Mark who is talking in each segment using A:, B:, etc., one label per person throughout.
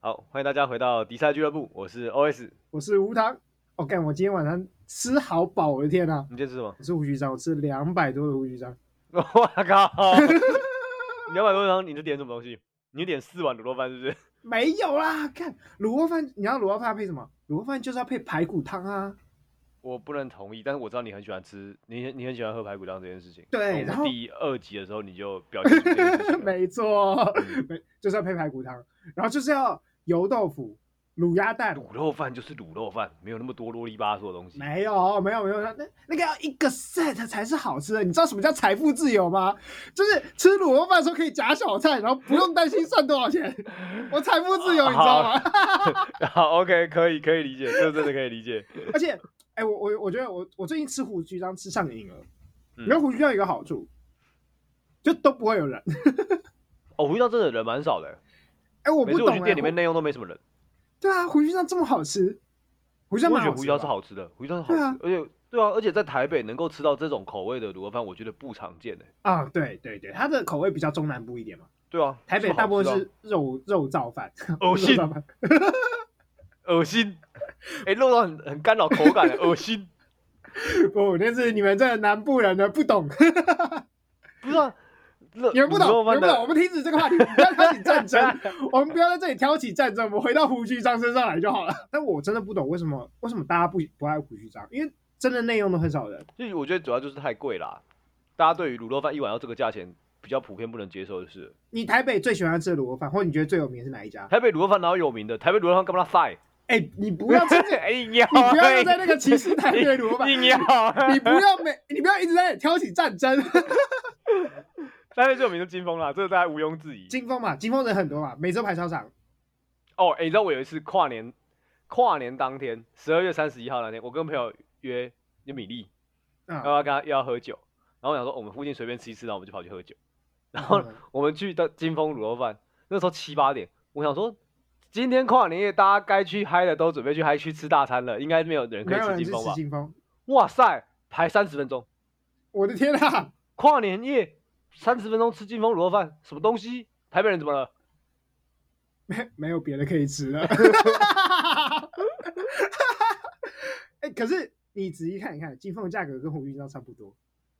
A: 好，欢迎大家回到迪赛俱乐部，我是 OS。
B: 我是吴糖。我、干，我今天晚上吃好饱，我的天呐！
A: 你今天吃什么？
B: 我是胡须章，我吃两百多的胡须章。
A: 我靠！两百多张，你是点什么东西？你点四碗卤肉饭是不是？
B: 没有啦，看卤肉饭，你要卤肉饭配什么？卤肉饭就是要配排骨汤啊。
A: 我不能同意，但是我知道你很喜欢吃，你很你很喜欢喝排骨汤这件事情。
B: 对
A: 从我们
B: 然后
A: 第二集的时候你就表现出这件事情了
B: 没错，
A: 嗯
B: 没就是要配排骨汤，然后就是要油豆腐、卤鸭蛋。
A: 卤肉饭就是卤肉饭，没有那么多啰里吧嗦的东西。
B: 没有，没有，没有，那那个要一个 set 才是好吃的。你知道什么叫财富自由吗？就是吃卤肉饭的时候可以夹小菜，然后不用担心算多少钱。我财富自由，你知道吗？
A: 好，OK，可以可以理解，这真的可以理解。
B: 而且，哎、我我我觉得我我最近吃胡须章吃上瘾了。
A: 嗯
B: 你知道胡须章有一个好处，就都不会有人。
A: 哦，胡须章真的人蛮少的，
B: 哎、我
A: 每
B: 不
A: 次我
B: 懂、哎
A: 去店里面
B: 胡
A: 内用都没什么人。
B: 对啊，胡须章这么好吃，胡须章
A: 我
B: 蛮
A: 也觉得胡
B: 好吃的
A: 椒是
B: 吧，
A: 好吃的，胡椒是好吃
B: 对
A: 的而
B: 啊，
A: 且对啊，而且在台北能够吃到这种口味的卤肉饭，我觉得不常见的。欸
B: 啊、对对对，它的口味比较中南部一点嘛。
A: 对啊，
B: 台北
A: 就好
B: 大部
A: 吃啊哦
B: 分是肉肉燥饭，
A: 恶心
B: 肉燥饭
A: 恶心， 哎，肉到很很干扰口感的，欸 恶心。
B: 不，那是你们这南部人的不懂，
A: 不是啊， 热
B: 你们不懂，
A: 卤肉饭
B: 你们不懂。
A: 的
B: 我们停止这个话题，不要挑 起战争，我们不要在这里挑起战争，我们回到胡须章身上来就好了。但我真的不懂为什么为什么大家不不爱胡须章，因为真的内用都很少人。
A: 就是我觉得主要就是太贵啦，大家对于卤肉饭一碗要这个价钱比较普遍不能接受的是，
B: 你台北最喜欢吃的卤肉饭，或你觉得最有名是哪一家？
A: 台北卤肉饭哪有有名的？台北卤肉饭干嘛塞？
B: 哎、你不 要真的，
A: 哎要
B: 你不要
A: 哎
B: 又在那个歧视台北的卤肉饭，
A: 硬要，
B: 你不要每你不要一直在挑起战争。
A: 台北最有名的金峰啦，这个大家毋庸置疑。
B: 金峰嘛，金峰人很多嘛，每周排超长。
A: 哦，哎、你知道我有一次跨年，跨年当天，十二月三十一号那天，我跟朋友约约米粒，
B: 嗯
A: 然后要跟他又要喝酒，然后我想说我们附近随便吃一吃，然后我们就跑去喝酒，然后
B: 嗯
A: 我们去到金峰卤肉饭，那时候七八点，我想说今天跨年夜大家该去嗨的都准备去嗨去吃大餐了，应该没有人可
B: 没
A: 以
B: 有人
A: 吃
B: 去
A: 金峰
B: 吃
A: 吧？
B: 金峰，
A: 哇塞，排三十分钟，
B: 我的天啊！
A: 跨年夜三十分钟吃金峰卤肉饭，什么东西？台北人怎么了？
B: 没没有别的可以吃了。 哎、可是你仔细看一看，金凤的价格跟红玉章差不多。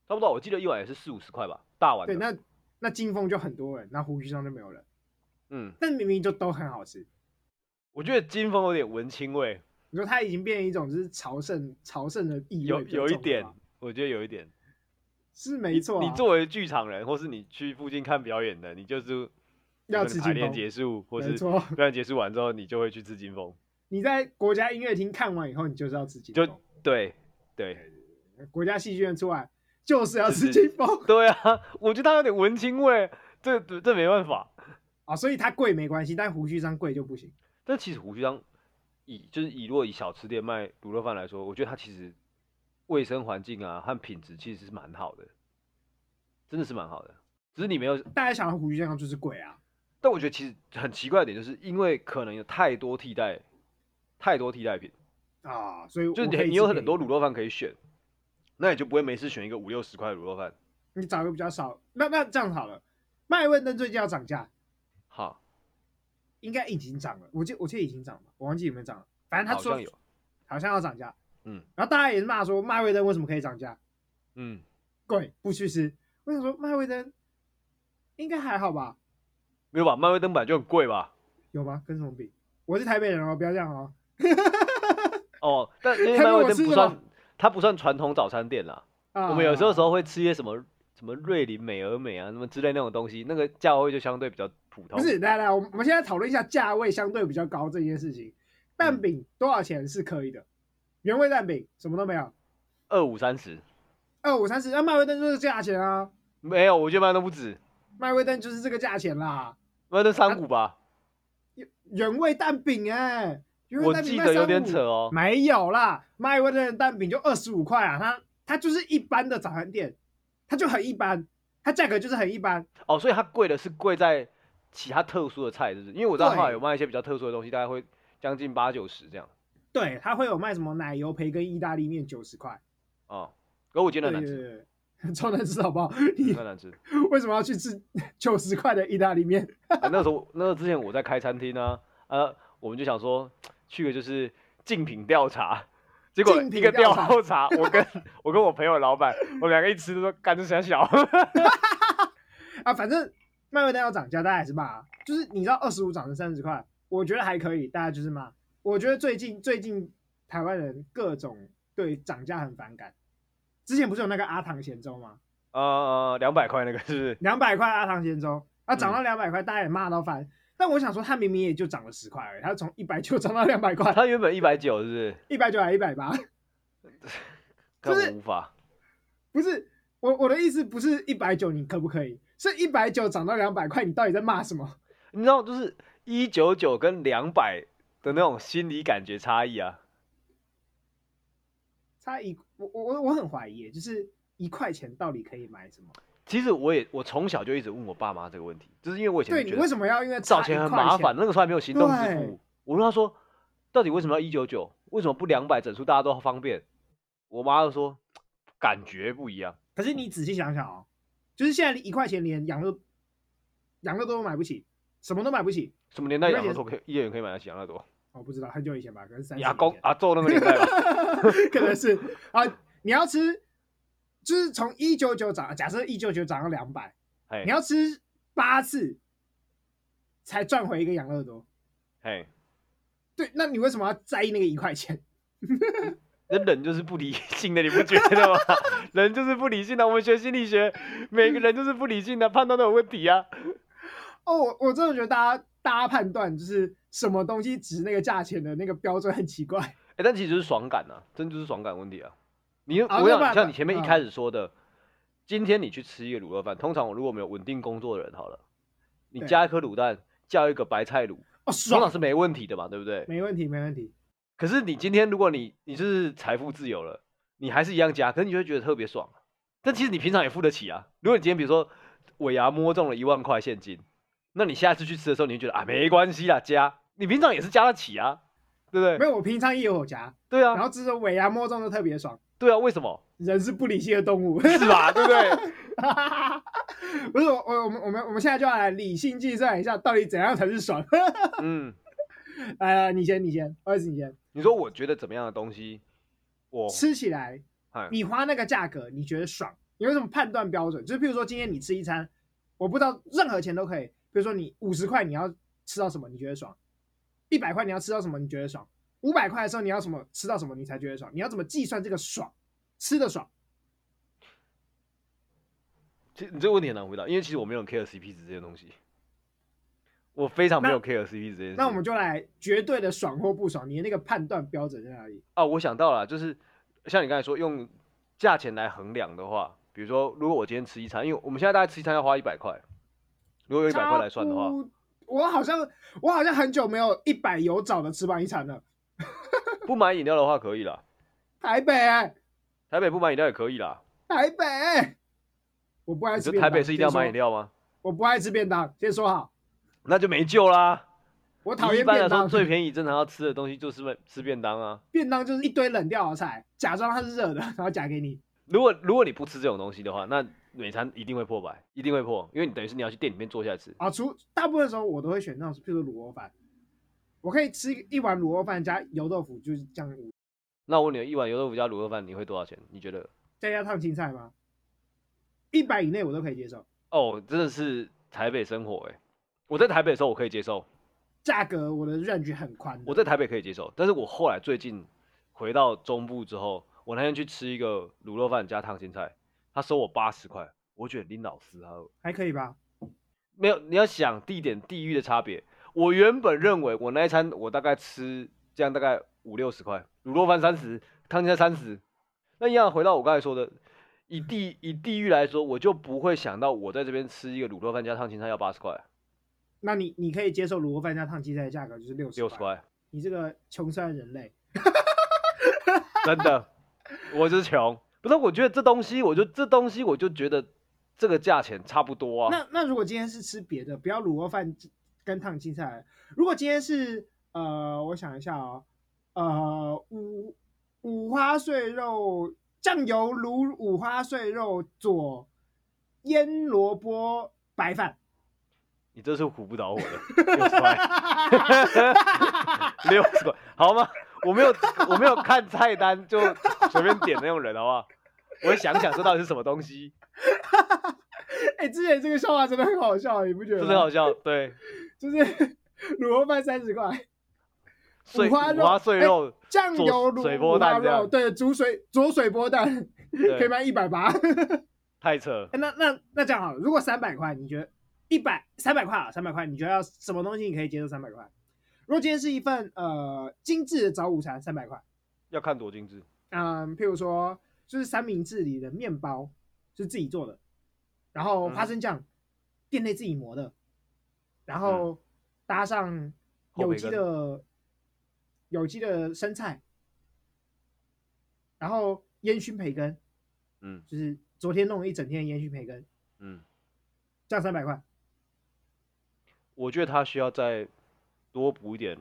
A: 差不多，我记得一碗也是四五十块吧，大碗
B: 对，
A: 的。
B: 那那金凤就很多人，那胡须章就没有人。
A: 嗯，
B: 但明明就都很好吃。
A: 我觉得金峰有点文青味。
B: 你说它已经变成一种就是朝圣朝圣的意
A: 有
B: 味比较
A: 有一
B: 重
A: 点
B: 了吧，
A: 我觉得有一点。
B: 是
A: 你
B: 没错啊、
A: 你作为剧场人，或是你去附近看表演的，你就是
B: 要
A: 可能
B: 吃
A: 排
B: 金
A: 练
B: 峰，
A: 结束，或
B: 没
A: 是
B: 错。
A: 表演结束完之后，你就会去吃金峰。
B: 你在国家音乐厅看完以后，你就是要吃金
A: 就
B: 凤。
A: 对对
B: 国家戏剧院出来就是要
A: 就是
B: 吃金凤
A: 对啊，我觉得他有点文青味，这这这没办法。
B: 啊，所以它贵没关系，但胡须章贵就不行。
A: 但其实胡须章以就是以若以小吃店卖卤肉饭来说，我觉得它其实卫生环境啊和品质其实是蛮好的，真的是蛮好的。只是你没有
B: 大家想要胡须章就是贵啊。
A: 但我觉得其实很奇怪的点，就是因为可能有太多替代，太多替代品，
B: 啊，所以
A: 就
B: 我
A: 是你
B: 可以
A: 你有
B: 吃
A: 很多
B: 便宜
A: 卤肉饭可以选，那你就不会没事选一个五六十块的卤肉饭。
B: 的，你找一个比较少。那那这样好了，麦味登最近要涨价，
A: 好，
B: 应该已经涨了，我记我记得已经涨了，我忘记有没有涨了。反正他
A: 好
B: 说
A: 像有，
B: 好像要涨价，
A: 嗯
B: 然后大家也是骂说麦味登为什么可以涨价，
A: 嗯，
B: 贵不去吃。我想说麦味登应该还好吧？
A: 没有吧？漫威灯板就很贵吧？
B: 有吗？跟什么比？我是台北人哦，不要这样哦。
A: 哦，但 因为
B: 看
A: 漫威
B: 我吃
A: 灯不
B: 什
A: 算
B: 么，
A: 它不算传统早餐店啦。
B: 啊，
A: 我们有时候时候会吃一些什么什么瑞林美而美啊，什么之类那种东西，那个价位就相对比较普通。
B: 不是，来来，我们我们现在讨论一下价位相对比较高这件事情。
A: 嗯
B: 蛋饼多少钱是可以的？原味蛋饼什么都没有，
A: 二五三十，
B: 二五三十，那麦味登就是价钱啊。
A: 没有，我觉得漫威灯不止，
B: 麦味蛋就是这个价钱啦，
A: 漫威灯
B: 啊
A: 三五吧，
B: 原原味蛋饼哎、原味
A: 我
B: 蛋饼
A: 记
B: 卖
A: 得有点
B: 35
A: 扯，哦。
B: 没有啦，麦味蛋的蛋饼就二十五块啊，它它就是一般的早餐店，它就很一般，它价格就是很一般，
A: 哦，所以它贵的是贵在其他特殊的菜，是不是？因为我知道后来
B: 对
A: 有卖一些比较特殊的东西，大概会将近八九十这样。
B: 对，它会有卖什么奶油培根意大利面九十块，
A: 哦，可我觉得
B: 对
A: 很难
B: 对
A: 吃，
B: 对，对 超难吃好不好？
A: 真
B: 你
A: 的很难吃。
B: 为什么要去吃九十块的意大利面？
A: 啊那时候，那时候之前我在开餐厅啊，呃，我们就想说去个就是竞品调查，结果
B: 竞
A: 一
B: 品
A: 个
B: 调
A: 调
B: 查
A: 查，我跟我跟我朋友老板，我们两个一吃都说干这三小，
B: 啊，反正麦味登要涨价，大家还是骂，啊就是你知道二十五涨成三十块，我觉得还可以，大家就是骂。我觉得最近最近台湾人各种对涨价很反感。之前不是有那个阿唐咸粥吗？
A: 呃，两百块那个是不是？
B: 两百块阿唐咸粥啊，涨到两百块，大家也骂到翻。但我想说，它明明也就涨了十块而已，它从一百九涨到两百块，
A: 他原本一百九，是不是？
B: 一百九还一百八，
A: 看
B: 就是
A: 我无法。
B: 不是我我的意思，不是一百九你可不可以？是一百九涨到两百块，你到底在骂什么？
A: 你知道，就是一九九跟两百的那种心理感觉差异啊。
B: 差一，我我我我很怀疑耶，就是一块钱到底可以买什么？
A: 其实我也我从小就一直问我爸妈这个问题，就是因为我以前
B: 对
A: 就
B: 你
A: 觉
B: 为
A: 得
B: 什么要因为差
A: 找钱
B: 一
A: 很
B: 块
A: 麻
B: 钱
A: 烦，那个时候还没有行动支
B: 对
A: 付。我问他说，到底为什么要一九九？为什么不两百整数大家都方便？我妈就说感觉不一样。
B: 可是你仔细想想哦，就是现在一块钱连羊肉、羊肉都买不起，什么都买不起。
A: 什么年代
B: 因为
A: 养乐
B: 也
A: 多可以一元可以买得起养乐多？
B: 我、不知道，很久以前吧，可能三
A: 你
B: 十
A: 阿
B: 年
A: 公
B: 前
A: 阿昼那个年代吧？
B: 可能是啊，你要吃，就是从一九九涨，假设一九九涨到两百，
A: 嘿
B: 你要吃八次才赚回一个养乐多。
A: 嘿，
B: 对，那你为什么要在意那个一块钱？
A: 那人就是不理性的，你不觉得吗？ 人就是不理性的。我们学心理学，每个人就是不理性的，判断都有问题啊。
B: 哦，我我真的觉得大家大家判断就是什么东西值那个价钱的那个标准很奇怪。
A: 哎、但其实就是爽感啊，真的就是爽感问题啊。你、
B: 啊
A: 我
B: 那
A: 想
B: 不然
A: 像你前面一
B: 嗯
A: 开始说的，今天你去吃一个卤肉饭，通常我如果没有稳定工作的人，好了，你
B: 对
A: 加一颗卤蛋，叫一个白菜卤，
B: 哦，
A: 通常
B: 爽，
A: 是没问题的嘛，对不对？
B: 没问题，没问题。
A: 可是你今天如果你你就是财富自由了，你还是一样加，可是你就会觉得特别爽。但其实你平常也付得起啊。如果你今天比如说尾牙摸中了一万块现金，那你下次去吃的时候，你就觉得啊没关系啦，加，你平常也是加得起啊，对不
B: 没
A: 对？
B: 有，我平常也有夹，
A: 对
B: 然
A: 啊，
B: 后只是尾牙摸中就特别爽。
A: 对啊，为什么？
B: 人是不理性的动 物，
A: 是吧？对不对？
B: 不是我我我们我们我们现在就要来理性计算一下，到底怎样才是爽。
A: 嗯，
B: 来来，你先，你先，二十你先，
A: 你说我觉得怎么样的东西，我
B: 吃起来
A: 哎
B: 你花那个价格，你觉得爽？你有什么判断标准？就是譬如说，今天你吃一餐，我不知道任何钱都可以。比如说，你五十块你要吃到什么，你觉得爽；一百块你要吃到什么，你觉得爽；五百块的时候你要什么吃到什么，你才觉得爽。你要怎么计算这个爽？吃的爽？
A: 其实你这个问题很难回答，因为其实我没有 care CP 值这些东西，我非常没有 care CP 值这件事。
B: 那我们就来绝对的爽或不爽，你的那个判断标准在哪里？
A: 啊，我想到了，就是像你刚才说用价钱来衡量的话，比如说如果我今天吃一餐，因为我们现在大概吃一餐要花一百块，如果用一百块来算的话
B: 差，不，我好像我好像很久没有一百有找的吃完一餐了。
A: 不买饮料的话可以啦，
B: 台北，
A: 台北不买饮料也可以啦。
B: 台北，我不爱
A: 你
B: 吃
A: 说
B: 便
A: 台
B: 当。
A: 北是一定要
B: 先说
A: 买饮，料吗？
B: 我不爱吃便当，先说好，
A: 那就没救啦。
B: 我讨厌
A: 一般来
B: 便
A: 说
B: 当。
A: 最便宜正常要吃的东西就是买吃便当啊。
B: 便当就是一堆冷掉的菜，假装它是热的，然后夹给你。
A: 如果如果你不吃这种东西的话，那每餐一定会破百，一定会破，因为你等于是你要去店里面坐下来吃。
B: 啊，除大部分时候我都会选那种，譬如说卤肉饭，我可以吃一碗卤肉饭加油豆腐，就是这样，
A: 那我问你，一碗油豆腐加卤肉饭你会多少钱？你觉得？
B: 再加烫青菜吗？一百以内我都可以接受，
A: 哦，真的是台北生活哎、我在台北的时候我可以接受，
B: 价格我的 range 很宽的。
A: 我在台北可以接受，但是我后来最近回到中部之后，我那天去吃一个卤肉饭加烫青菜，他收我八十块，我觉得林老师他
B: 还可以吧？
A: 没有，你要想地点地域的差别。我原本认为我那一餐我大概吃这样大概五六十块，卤肉饭三十，汤青菜三十。那一样回到我刚才说的，以地以地域来说，我就不会想到我在这边吃一个卤肉饭加烫青菜要八十块，
B: 那你你可以接受卤肉饭加烫青菜的价格就是六十
A: 六十，块，
B: 你这个穷酸人类，
A: 真的，我就是穷。不是，我觉得这东西，我就这东西，我就觉得这个价钱差不多啊。
B: 那那如果今天是吃别的，不要卤肉饭跟烫青菜，如果今天是呃，我想一下哦，呃，五五花碎肉酱油卤五花碎肉佐腌萝卜白饭，
A: 你这是唬不倒我的，六十块，六十块，好吗？我没有，我没有看菜单就随便点那种人，好不好？我会想想这到底是什么东西，
B: 哎、之前这个笑话真的很好笑，你不觉
A: 这
B: 得
A: 很好
B: 吗？
A: 笑。对，
B: 就是 卤肉饭三十块，
A: 碎
B: 五花
A: 五花
B: 肉
A: 碎
B: 哎
A: 肉，
B: 酱
A: 做
B: 油卤
A: 水
B: 五
A: 波
B: 花
A: 蛋这
B: 肉
A: 样
B: 对，煮水煮水波蛋可以
A: 对，
B: 卖一百八。
A: 太扯。
B: 那那那这样好了，如果三百块，你觉得一百三百块啊，三百块，你觉得要什么东西你可以接受三百块？如果今天是一份呃精致的早午餐，三百块，
A: 要看多精致，
B: 嗯，譬如说就是三明治里的面包是自己做的，然后
A: 嗯
B: 花生酱店内自己磨的，然后搭上有机的有机的生菜，然后烟熏培根，
A: 嗯
B: 就是昨天弄了一整天的烟熏培根，
A: 嗯，
B: 这样三百块。
A: 我觉得他需要再多补一点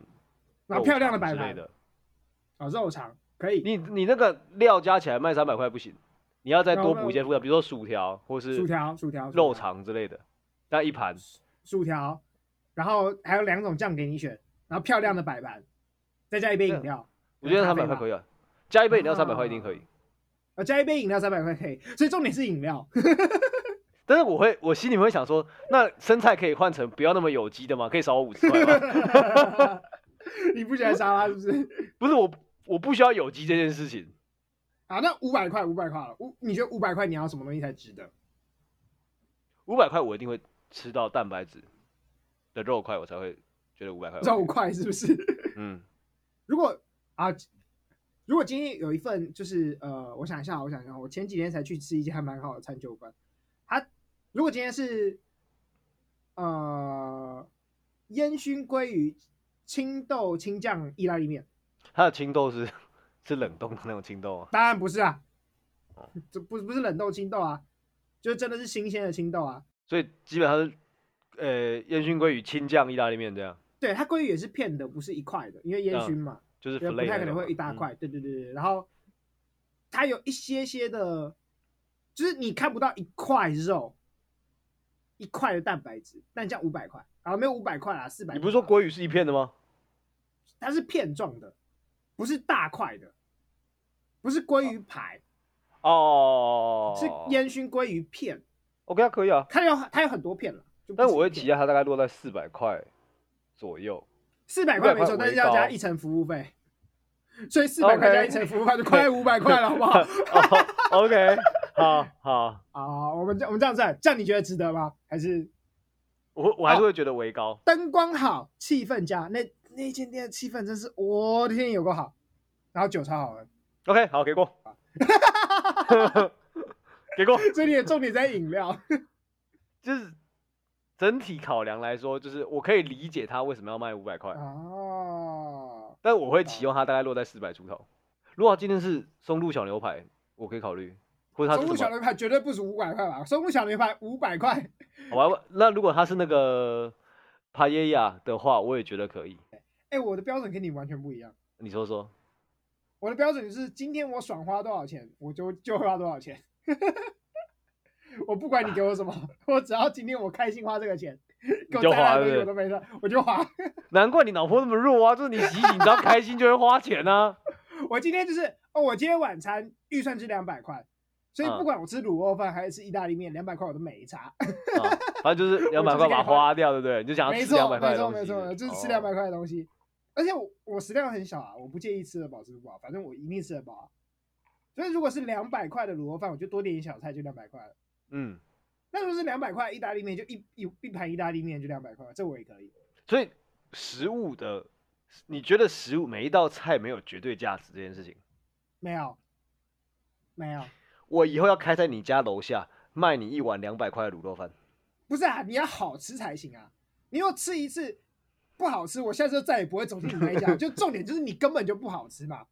B: 然后
A: 肉
B: 啊漂亮的
A: 肠
B: 摆
A: 之类
B: 盘
A: 的。
B: 啊，肉肠可以，
A: 你你那个料加起来卖三百块不行，你要再
B: 然
A: 多
B: 后
A: 补一些副料，比如说薯条或是
B: 薯条、薯条、薯条
A: 肉、肠之类的，那一盘
B: 薯条，然后还有两种酱给你选，然后漂亮的摆盘，再加一杯饮料。
A: 我觉得三百块可以啊，加一杯饮料三百块一定可以。
B: 呃，加一杯饮料三百块可以，所以重点是饮料。
A: 但是我会，我心里会想说，那生菜可以换成不要那么有机的吗？可以少我五十块吗？
B: 你不喜欢沙拉是不是？
A: 不是我，我不需要有机这件事情。
B: 啊，那五百块，五百块了。五，你觉得五百块你要什么东西才值得？
A: 五百块我一定会吃到蛋白质的肉块，我才会觉得五百块 OK。
B: 肉块是不是？
A: 嗯，
B: 如果啊，如果今天有一份就是呃，我想一下，我想一下，我前几天才去吃一家还蛮好的餐酒馆，它如果今天是呃烟熏鲑鱼青豆青酱意大利面，
A: 它的青豆是是冷冻的那种青豆啊。
B: 当然不是啊
A: 哦，
B: 这不不是冷冻青豆啊，就是真的是新鲜的青豆啊。
A: 所以基本上是，呃，烟熏鲑鱼青酱意大利面这样，
B: 对，它鲑鱼也是片的，不是一块的，因为烟
A: 嗯
B: 熏嘛，
A: 就是
B: 也
A: fillet
B: 不太
A: 那
B: 可能
A: 种嗯
B: 会一大。块。对对对对，然后它有一些些的，就是你看不到一块肉，一块的蛋白质，但这样五百块，啊，没有五百块啊，四
A: 嗯
B: 百。
A: 你不是说鲑鱼是一片的吗？
B: 它是片状的，不是大块的，不是鲑鱼排，
A: 哦，
B: 是烟熏鲑鱼片，
A: OK 啊，可以啊。
B: 它有它有很多片了。就不
A: 但
B: 止
A: 我会啊
B: 一片
A: 期待它大概落在四百块左 右。
B: 四百
A: 400
B: 块没
A: 块
B: 错，
A: 为
B: 但是要
A: 高
B: 加一层服务费，所以四百块加一层服务费就快五百块了，好不好？
A: 哦 OK，好 好，
B: 啊，我们这我们这样算，这样你觉得值得吗？还是
A: 我我还是会觉得为高。
B: 灯光好，气氛佳？那那间店的气氛真是我的天，有够好，然后酒超好喝，
A: OK，好，给过，给过。
B: 所以你的重点在饮 料。
A: 就是整体考量来说，就是我可以理解他为什么要卖五百块，
B: 哦，
A: 但我会期望他大概落在四百出头。如果它今天是松露小牛排，我可以考虑，或者他
B: 松
A: 是
B: 露
A: 什
B: 小
A: 么？
B: 牛排绝对不止五百块吧？松露小牛排五百块，
A: 好吧，那如果他是那个帕耶亚的话，我也觉得可以。
B: 哎，我的标准跟你完全不一样。
A: 你说说，
B: 我的标准就是今天我爽花多少钱，我就就花多少钱。 我不管你给我什么，我只要今天我开心花这个钱，给我
A: 就
B: 带来
A: 花
B: 的东西
A: 对
B: 我
A: 不
B: 都没事，我就花。
A: 难怪你脑波那么弱啊！就是你洗洗，你只要开心就会花钱 啊。
B: 我今天就是哦，我今天晚餐预算是两百块，所以
A: 嗯
B: 不管我吃卤肉饭还是吃意大利面，两百块我都没差。
A: 啊，反正就是两百块把它花掉，对不对？你就想要
B: 没
A: 吃两百
B: 错，
A: 块
B: 没
A: 的
B: 错，
A: 东西，哦
B: 没错，就是吃两百块的东西。而且我我食量很小啊，我不介意吃得饱吃不饱，反正我一定吃得饱、啊。所以如果是两百块的卤肉饭，我就多点一小菜就两百块了。
A: 嗯，
B: 那如果是两百块意大利面，就一一一盘意大利面就两百块，这我也可以。
A: 所以食物的，你觉得食物每一道菜没有绝对价值这件事情，
B: 没有，没有，
A: 我以后要开在你家楼下卖你一碗两百块的卤肉饭，
B: 不是啊，你要好吃才行啊。你又吃一次不好吃，我下次就再也不会走进你 那一家。就重点就是你根本就不好吃嘛。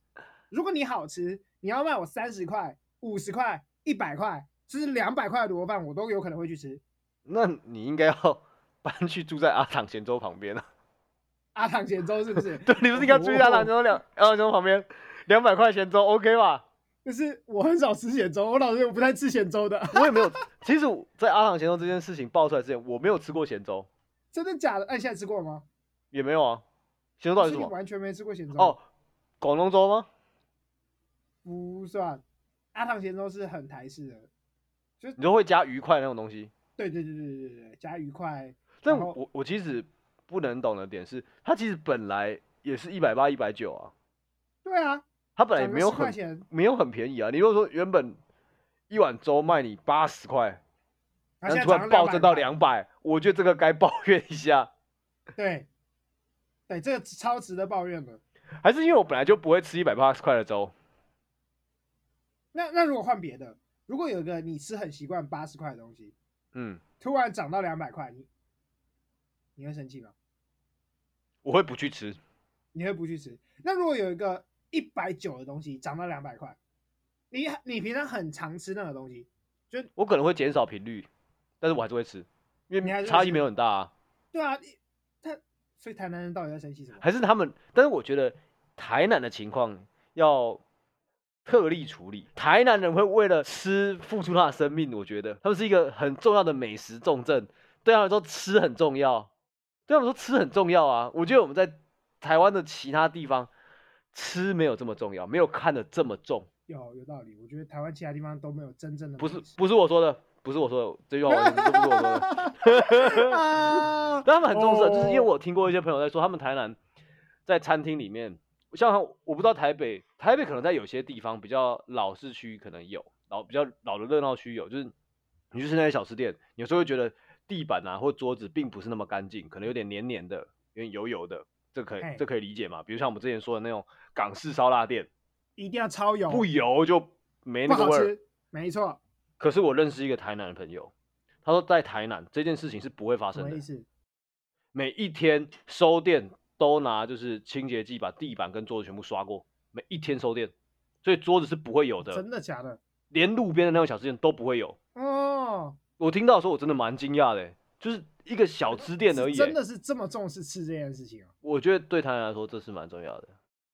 B: 如果你好吃，你要卖我三十块、五十块、一百块，甚至两百块的卤肉饭，我都有可能会去吃。
A: 那你应该要搬去住在阿唐咸粥旁边啊。
B: 阿唐咸粥是不是？
A: 对，你不是应该住在阿唐
B: 我
A: 咸粥 两阿唐咸粥旁边，两百块咸粥 OK 吧？
B: 就是我很少吃咸粥，我老实说我不太吃咸粥的。
A: 我也没有，其实我在阿唐咸粥这件事情爆出来之前，我没有吃过咸粥，
B: 真的假的？哎，你现在吃过吗？
A: 也没有啊。咸粥到底是什
B: 所以你
A: 么？
B: 完全没吃过咸粥？
A: 哦，，广东粥吗？
B: 不算。阿唐咸粥是很台式的，
A: 你说会加鱼块那种东西？
B: 对对对对对对对，加鱼块，
A: 但
B: 然后
A: 我我其实不能懂的点是，它其实本来也是一百八、一百九啊，
B: 对啊，
A: 它本来也
B: 涨个
A: 没有
B: 10块
A: 很
B: 钱
A: 没有很便宜啊。你如果说原本一碗粥卖你八十块，然
B: 然
A: 后
B: 后现在
A: 突然
B: 涨到
A: 暴增到
B: 200
A: 两百，我觉得这个该抱怨一下。
B: 对，对，这个超值得抱怨的。
A: 还是因为我本来就不会吃一百八十块的粥，
B: 那那如果换别的，如果有一个你吃很习惯八十块的东西，
A: 嗯，
B: 突然涨到两百块，你你会生气吗？
A: 我会不去吃。
B: 你会不去吃？那如果有一个一百九的东西涨到两百块，你你平常很常吃那个东西，
A: 我可能会减少频率，但是我还是会吃，因
B: 你还
A: 为
B: 是会
A: 差异
B: 吃
A: 没有很大啊。
B: 对啊，你他所以台南人到底在生气什么？
A: 还是他们，但是我觉得台南的情况要特例处理。台南人会为了吃付出他的生命，我觉得他们是一个很重要的美食重镇，对他们来说吃很重要，对他们来说吃很重要啊。我觉得我们在台湾的其他地方吃没有这么重要，没有看得这么重。
B: 有有道理，我觉得台湾其他地方都没有真正的
A: 不是
B: 美食
A: 不是我说的，不是我说的，这句话我这不是我说的。
B: 啊，
A: 但他们很重视啊，就是因为
B: 哦
A: 我有听过一些朋友在说，他们台南在餐厅里面，像他我不知道台北，台北可能在有些地方比较老市区可能有，然后比较老的热闹区有，就是你去吃那些小吃店，有时候会觉得地板啊或桌子并不是那么干净，可能有点黏黏的，有点油油的，这可以
B: 嘿
A: 这可以理解嘛？比如像我们之前说的那种港式烧腊店，
B: 一定要超油，
A: 不油就没
B: 不
A: 那个
B: 好
A: 味儿。
B: 吃，没错，
A: 可是我认识一个台南的朋友，他说在台南这件事情是不会发
B: 什
A: 生
B: 么
A: 的
B: 意。思？
A: 每一天收店都拿就是清洁剂把地板跟桌子全部刷过，每一天收店，所以桌子是不会有的，
B: 真的假的？
A: 连路边的那种小吃店都不会有。
B: 哦，
A: 我听到的时候我真的蛮惊讶的欸、就是一个小吃店而已
B: 是
A: 欸、
B: 真的是这么重视吃这件事情啊？
A: 我觉得对他们来说这是蛮重要的。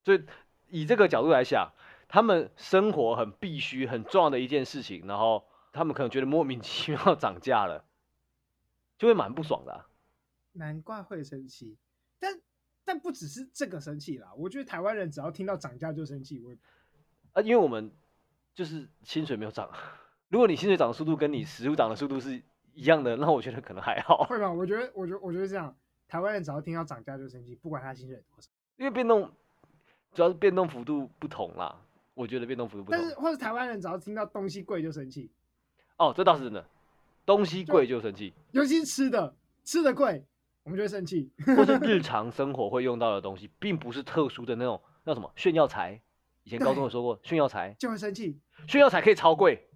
A: 所以以这个角度来想，他们生活很必须、很重要的一件事情，然后他们可能觉得莫名其妙涨价了，就会蛮不爽的啊、
B: 难怪会生气，但但不只是这个生气啦。我觉得台湾人只要听到涨价就生气，我
A: 啊，因为我们就是薪水没有涨啊，如果你薪水涨的速度跟你食物涨的速度是一样的，那我觉得可能还好，
B: 会吗？我觉得，我觉得，我觉得这样，台湾人只要听到涨价就生气，不管他薪水多少。
A: 因为变动主要是变动幅度不同啦，我觉得变动幅度不
B: 但是
A: 同。
B: 或者台湾人只要听到东西贵就生气，
A: 哦，这倒是真的，东西贵就生 气，
B: 尤其是吃的，吃的贵，我们就会生气。
A: 或是日常生活会用到的东西，并不是特殊的那种那什么炫耀财。以前高中有说过，炫耀财，
B: 就会生气，
A: 炫耀财可以超贵，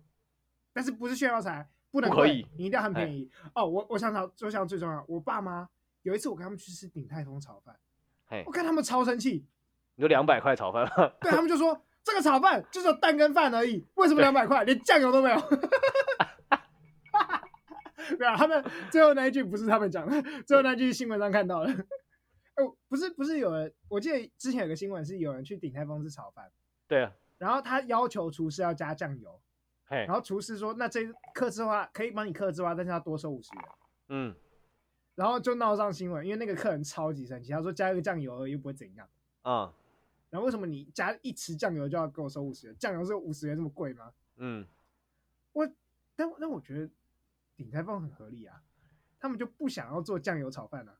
B: 但是不是炫耀财，不能
A: 不可
B: 贵
A: 以哎
B: 你一定要很便宜。哦，我我想到，我想到最重要，我爸妈有一次我跟他们去吃鼎泰丰炒饭，
A: 嘿
B: 我，看他们超生气，
A: 你说两百块炒饭吗，
B: 对他们就说这个炒饭就是有蛋跟饭而已，为什么两百块连酱油都没有？ 没有，他们最后那一句不是他们讲的，最后那一句是新闻上看到的。哦，不是不是有人，我记得之前有个新闻是有人去鼎泰丰吃炒饭，
A: 对啊，
B: 然后他要求厨师要加酱油，
A: 嘿
B: 然，后厨师说那这克制化可以帮你克制化，但是要多收五十元。
A: 嗯，
B: 然后就闹上新闻，因为那个客人超级生气，他说加一个酱油而已又不会怎样。
A: 啊、
B: 然后为什么你加一匙酱油就要给我收五十元？酱油是五十元这么贵吗？
A: 嗯，
B: 我但但我觉得鼎泰丰很合理啊，他们就不想要做酱油炒饭啊，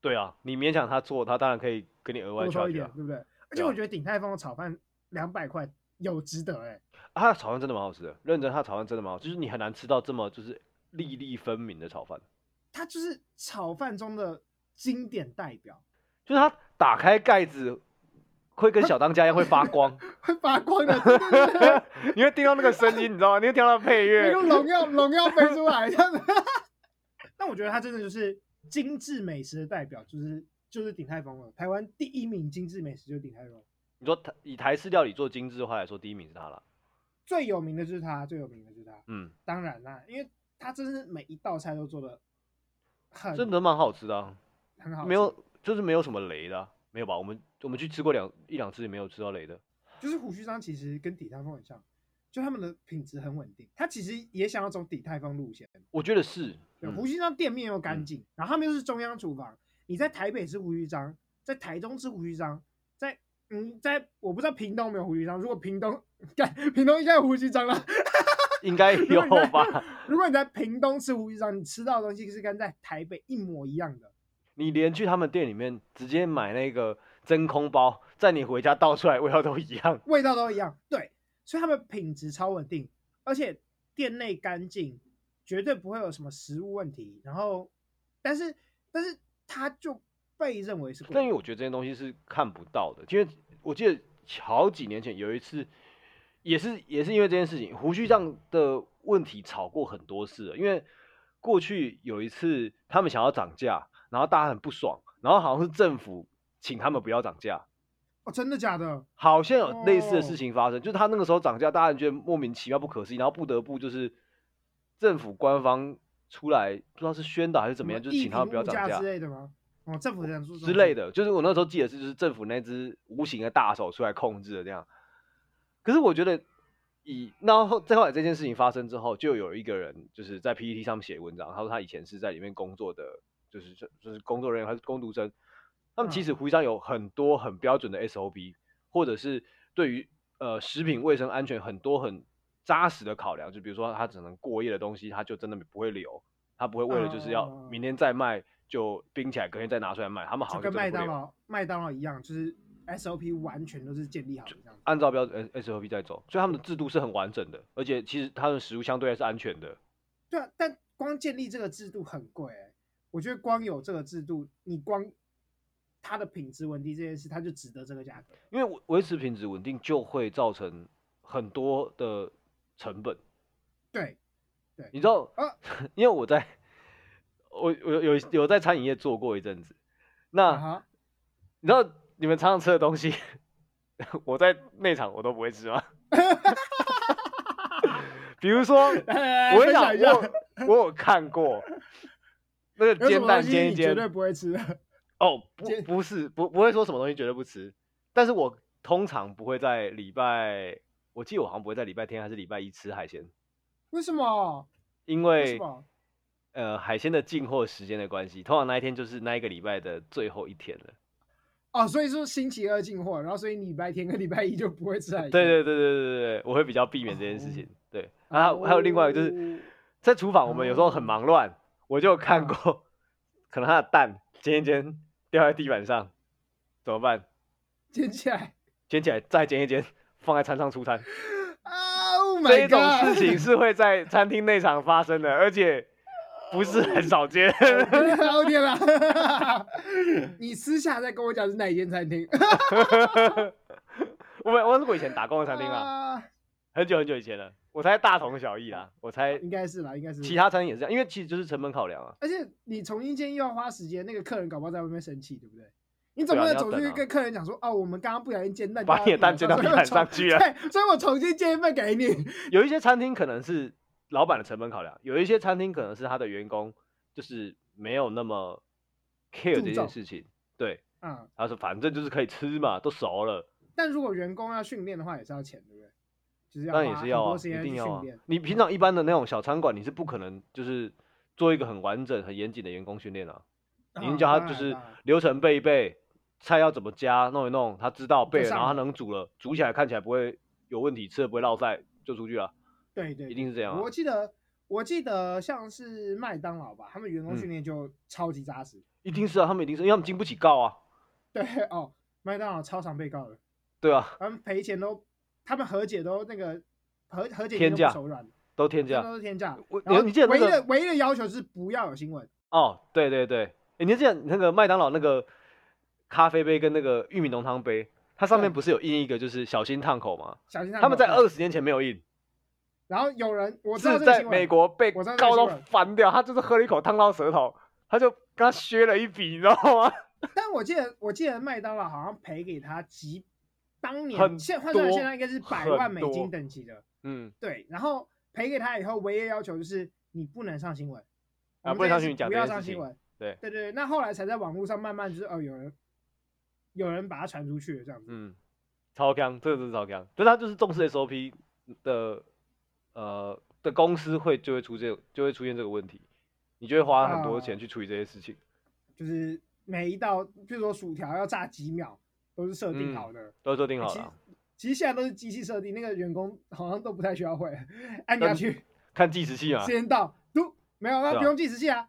A: 对啊，你勉强他做，他当然可以给你额外
B: 多收
A: charge
B: 一点
A: 啊，。
B: 对不对？而
A: 对
B: 且
A: 啊
B: 我觉得鼎泰丰的炒饭两百块有值得哎、
A: 啊，它的炒饭真的蛮好吃的，认真，它的炒饭真的蛮好吃，就是你很难吃到这么就是粒粒分明的炒饭，
B: 它就是炒饭中的经典代表，
A: 就是它打开盖子会跟小当家一样会发 光，
B: 会发 光的，对对对对
A: 你会听到那个声音，你知道吗？你会听到配
B: 对
A: 乐
B: 那，个荣耀荣耀飞出来这样子。 但我觉得它真的就是精致美食的代表，就是就是鼎泰丰了。台湾第一名精致美食就是鼎泰丰，
A: 你说台以台式料理做精致化来说，第一名是它了，
B: 最有名的就是它，最有名的就是它。
A: 嗯，
B: 当然啦，因为它真是每一道菜都做的很
A: 真的蛮好吃的、啊，
B: 很嗯好吃，
A: 没有就是没有什么雷的啊、没有吧？我们我们去吃过两一两次，也没有吃到雷的，
B: 就是胡须章其实跟底泰丰很像，就他们的品质很稳定。他其实也想要走底泰丰路线，
A: 我觉得是，
B: 对，
A: 嗯
B: 胡须章店面又干
A: 嗯
B: 净，然后他们又是中央厨房。你在台北吃胡须章，在台中吃胡须章，在嗯，在我不知道屏东有没有胡须章。如果屏东， 干屏东应该有胡须章了。
A: 应该有
B: 如果你在
A: 吧？
B: 如果你在屏东吃胡须章，你吃到的东西是跟在台北一模一样的。
A: 你连去他们店里面直接买那个真空包，在你回家倒出来味道都一样。
B: 味道都一样。对，所以他们品质超稳定，而且店内干净，绝对不会有什么食物问题。然后，但是但是它就被认为是贵
A: 但因为我觉得这些东西是看不到的，因为我记得好几年前有一次，也是也是因为这件事情，胡须章的问题吵过很多次了。因为过去有一次他们想要涨价，然后大家很不爽，然后好像是政府请他们不要涨价，
B: 哦，真的假的？
A: 好像有类似的
B: 哦
A: 事情发生，就是他那个时候涨价，大家觉得莫名其妙、不可思议，然后不得不就是政府官方出来，不知道是宣导还是怎么样，
B: 什
A: 就是请他们不要
B: 一平物
A: 涨
B: 价
A: 价
B: 之类的吗？哦，政府这样做
A: 之类
B: 的。
A: 的。就是我那时候记得是，就是政府那只无形的大手出来控制的这样。可是我觉得以，然后再后来这件事情发生之后，就有一个人就是在 PPT 上面写文章，他说他以前是在里面工作的，就是就就是工作人员还是工读生，他们其
B: 嗯
A: 实胡须章有很多很标准的 SOP，或者是对于呃食品卫生安全很多很扎实的考量，就比如说他只能过夜的东西，他就真的不会留，他不会为了就是要
B: 嗯嗯嗯
A: 明天再卖就冰起来，隔天再拿出来卖，他们好
B: 就
A: 像
B: 跟
A: 真的
B: 麦
A: 不
B: 当
A: 留
B: 劳麦当劳一样，就是 SOP 完全都是建立好的这样子。
A: 按照标准 S O P 在走，所以他们的制度是很完整的，而且其实他们的食物相对还是安全的。
B: 对啊，但光建立这个制度很贵、欸，我觉得光有这个制度，你光它的品质稳定这件事，它就值得这个价格。
A: 因为维维持品质稳定就会造成很多的成本，
B: 对，
A: 你知道
B: 啊？
A: 因为我在我我有有有在餐饮业做过一阵子，那、
B: 啊哈，
A: 你知道你们常常吃的东西， 我在内场我都不会吃吗？ 比如说，
B: 我
A: 我跟你讲，我有我有看 过那个煎蛋煎一
B: 绝
A: 煎，
B: 对不会吃的。
A: 哦，不
B: 煎
A: 不是不不会说什么东西绝对不吃，但是我通常不会在礼拜，我记得我好像不会在礼拜天还是礼拜一吃海鲜，
B: 为什么？
A: 因
B: 为什
A: 为
B: 么？
A: 呃海鲜的进货时间的关系，通常那一天就是那一个礼拜的最后一天了。
B: 哦，所以说星期二进货，然后所以你礼拜天跟礼拜一就不会吃海鲜。
A: 对对对对对对，我会比较避免这件事
B: 哦
A: 情。对，啊，还有另外一个就是
B: 哦
A: 在厨房，我们有时候很
B: 哦
A: 忙乱，我就有看
B: 嗯
A: 过，可能他的蛋煎一煎掉在地板上，怎么办？
B: 捡起来。
A: 捡起来再煎一煎，放在餐上出餐。
B: 啊，Oh
A: 这一
B: my
A: 种事
B: god！
A: 情是会在餐厅内场发生的，而且不是很少见。
B: 我天哪！ 你私下再跟我讲是哪一间餐厅？
A: 我们我是我以前打工的餐厅啦，
B: 啊，
A: 很久很久以前了，我猜大同小异啦，我猜
B: 应该是啦，应该是。
A: 其他餐厅也是这样，因为其实就是成本考量啊。
B: 而且你重新建议要花时间，那个客人搞不好在外面生气，对不对？你总不
A: 对啊
B: 能
A: 你要
B: 走出
A: 等
B: 去
A: 啊
B: 跟客人讲说，哦，我们刚刚不小心煎蛋，
A: 把你的蛋煎到地板上
B: 所以
A: 去啊
B: 我
A: 了
B: 重对，所以我重新煎一份给你。
A: 有一些餐厅可能是老板的成本考量，有一些餐厅可能是他的员工就是没有那么 care
B: 注
A: 这件
B: 重
A: 事情，对，
B: 啊、
A: 他说反正就是可以吃嘛，都熟了，
B: 但如果员工要训练的话，也是要钱，对不对？就是要
A: 当然也
B: 花
A: 是要
B: 很
A: 啊
B: 多，时
A: 一
B: 间
A: 定
B: 去
A: 要啊
B: 训练。。
A: 你平常一般的那种小餐馆，你是不可能就是做一个很完整、很严谨的员工训练啊。你
B: 啊
A: 就叫
B: 当
A: 他就
B: 然
A: 是
B: 当然
A: 流程背一背，菜要怎么加弄一弄，他知道背了，
B: 上
A: 然后他
B: 了
A: 能煮了，煮起来看起来不会有问题，吃了不会落塞，就出去了，啊
B: 对对
A: 一定是这样啊
B: 我。记得我记得像是麦当劳吧，他们员工
A: 嗯
B: 训练就超级扎实。
A: 一定是啊，他们一定是，因为他们经不起告啊，
B: 对哦，麦当劳超常被告的，
A: 对啊，
B: 他们赔钱都，他们和解都那个和和解
A: 天
B: 金都
A: 价
B: 不手软。
A: 都天
B: 这
A: 价
B: 都是天价。
A: 我
B: 然后
A: 你记得那
B: 唯一
A: 个
B: 的唯一的要求是不要有新闻，
A: 哦。对对对，诶你记得那个麦当劳那个咖啡杯跟那个玉米浓汤杯，它上面
B: 对
A: 不是有印一个就是小心烫口吗？
B: 小心他
A: 他们在二，十年前没有印。
B: 然后有人我知
A: 是
B: 道这个
A: 在
B: 新闻，
A: 美国被
B: 我知道
A: 告
B: 这个新
A: 到
B: 闻
A: 翻掉，他就是喝了一口烫到舌头，他就跟他削了一笔，你知道吗？
B: 但我记得我记得麦当劳好像赔给他几当
A: 很
B: 年现换算
A: 多
B: 现在应该是百
A: 很
B: 万美
A: 多
B: 金等级的，
A: 嗯，
B: 对，然后赔给他以后，唯一的要求就是你不能上新闻，
A: 啊
B: 我们
A: 不能
B: 这
A: 上新
B: 件事
A: 闻讲
B: 不
A: 这
B: 要
A: 件
B: 上
A: 事
B: 新
A: 情
B: 闻，
A: 对
B: 对对，那后来才在网络上慢慢就是哦有人有人把它传出去了这样子，
A: 嗯，超强，这个真的超强。就是他就是重
B: 嗯
A: 视 SOP 的，呃的公司会就会出现就会出现这个问题。你就会花很多钱
B: 啊
A: 去处理这些事情，
B: 就是每一道，比如说薯条要炸几秒，都是设定好的。
A: 都是设嗯定好
B: 其
A: 了
B: 实
A: 啊。
B: 其实现在都是机器设定，那个员工好像都不太需要会，按下
A: 但
B: 去，
A: 看计时器嘛
B: 时，间到，嘟，没有，
A: 对
B: 那
A: 啊
B: 不用计时器啊，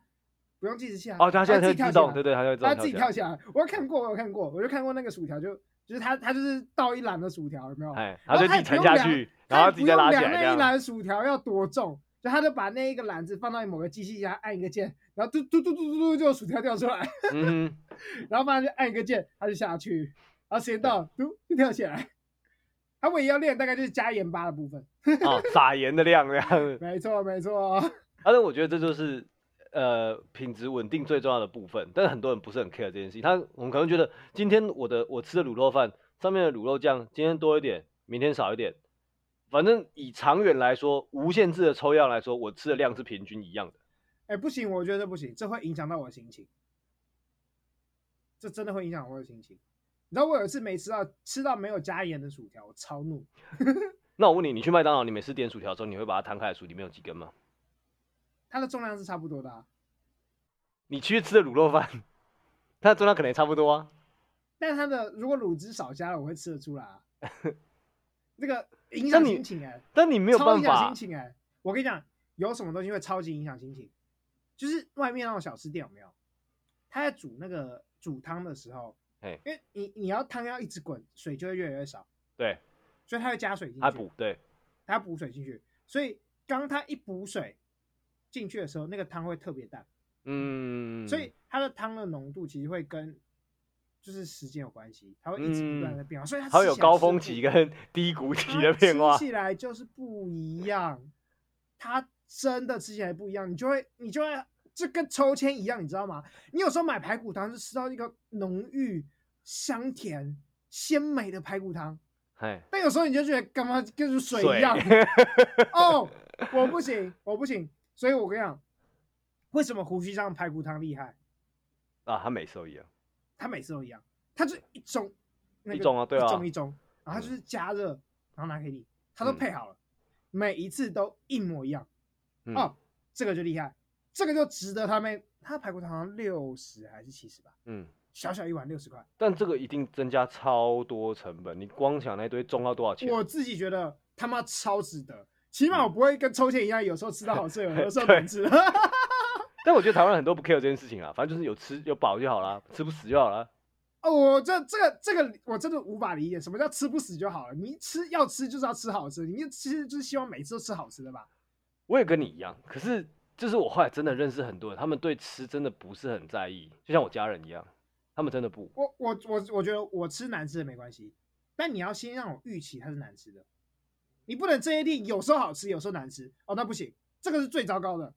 B: 不用计时器啊。
A: 哦，它现在
B: 自
A: 会
B: 己跳
A: 自
B: 起来
A: 动，对对，它会自
B: 他
A: 动
B: 自己
A: 跳
B: 跳
A: 起
B: 起来，我有看过，我有看过，我就看过那个薯条就，就是他他就是倒一篮的薯条，有没有？
A: 来，哎，
B: 然
A: 它
B: 后
A: 就
B: 它
A: 自己
B: 也不
A: 沉
B: 用
A: 下
B: 量
A: 去，然
B: 哦他
A: 后自
B: 也不
A: 己再
B: 用
A: 拉起
B: 量
A: 来，这
B: 那一
A: 样
B: 篮薯条要多重？就他就把那一个篮子放到某个机器下按一个键，然后嘟嘟嘟嘟嘟嘟就有薯条掉出来，
A: 嗯哼，
B: 然后帮他就按一个键，他就下去，然后时间到了，嘟就跳起来。他唯一要练大概就是加盐巴的部分，
A: 啊，撒盐的量这 样子。
B: 没错没错，
A: 反正我觉得这就是呃品质稳定最重要的部分，但是很多人不是很 care 这件事情。他我们可能觉得今天我的我吃的卤肉饭上面的卤肉酱今天多一点，明天少一点，反正以长远来说，无限制的抽样来说，我吃的量是平均一样的。
B: 哎、不行，我觉得这不行，这会影响到我的心情。这真的会影响我的心情。你知道我有一次没吃到吃到没有加盐的薯条，我超怒。
A: 那我问你，你去麦当劳，你每次点薯条的时候，你会把它摊开来数里面有几根吗？
B: 它的重量是差不多的、啊，
A: 你去吃的卤肉饭， 它的重量可能也差不多啊。
B: 但它的如果卤汁少加了，我会吃得出来、 啊。那个影
A: 那
B: 响
A: 你
B: 心情哎、
A: 但你没有
B: 超
A: 办
B: 影响
A: 法
B: 心，情哎、我跟你讲，有什么东西会超级影响心情？就是外面那种小吃店有没有？他在煮那个煮汤的时候，
A: 嘿
B: 因为你你要汤要一直滚，水就会越来越少，
A: 对，
B: 所以他会加水进去。
A: 它补对，
B: 它补水进去，所以刚它一补水进去的时候，那个汤会特别淡，
A: 嗯，
B: 所以它的汤的浓度其实会跟就是时间有关系，它会一直不断的变化，所以它
A: 它
B: 吃
A: 嗯有
B: 起来
A: 高
B: 是
A: 峰
B: 不
A: 期跟低谷期
B: 它
A: 的变化
B: 吃。起来就是不一样，它真的吃起来不一样，你就会你就会这跟抽签一样，你知道吗？你有时候买排骨汤是吃到一个浓郁香甜鲜美的排骨汤，
A: 哎，
B: 但有时候你就觉得干嘛就是水
A: 水
B: 一样。 哦，我不行，我不行。所以我跟你讲，为什么胡须章排骨汤厉害？
A: 啊，他每次都一样。
B: 他每次都一样，他就一盅，那个
A: 一盅啊对啊
B: 一盅一盅，然后它就是加热，然后拿给你，他都
A: 嗯
B: 配好了，每一次都一模一样。
A: 嗯
B: 哦，这个就厉害，这个就值得他们。他排骨汤好像六十还是七十吧，
A: 嗯，
B: 小小一碗六十块，
A: 但这个一定增加超多成本，你光想那堆中要多少钱？
B: 我自己觉得他妈超值得。起
A: 嗯
B: 码我不会跟抽签一样，有时候吃到好 吃，有时候难吃。
A: 但我觉得台湾人很多不 care 这件事情啊，反正就是有吃有饱就好啦，吃不死就好啦。
B: 哦，我这这个这个我真的无法理解，什么叫吃不死就好了？你吃要吃就是要吃好吃，你就吃就是希望每次都吃好吃的吧？
A: 我也跟你一样，可是就是我后来真的认识很多人，他们对吃真的不是很在意，就像我家人一样，他们真的不。
B: 我我我我觉得我吃难吃的没关系，但你要先让我预期它是难吃的，你不能这些店有时候好吃，有时候难吃哦，那不行，这个是最糟糕的。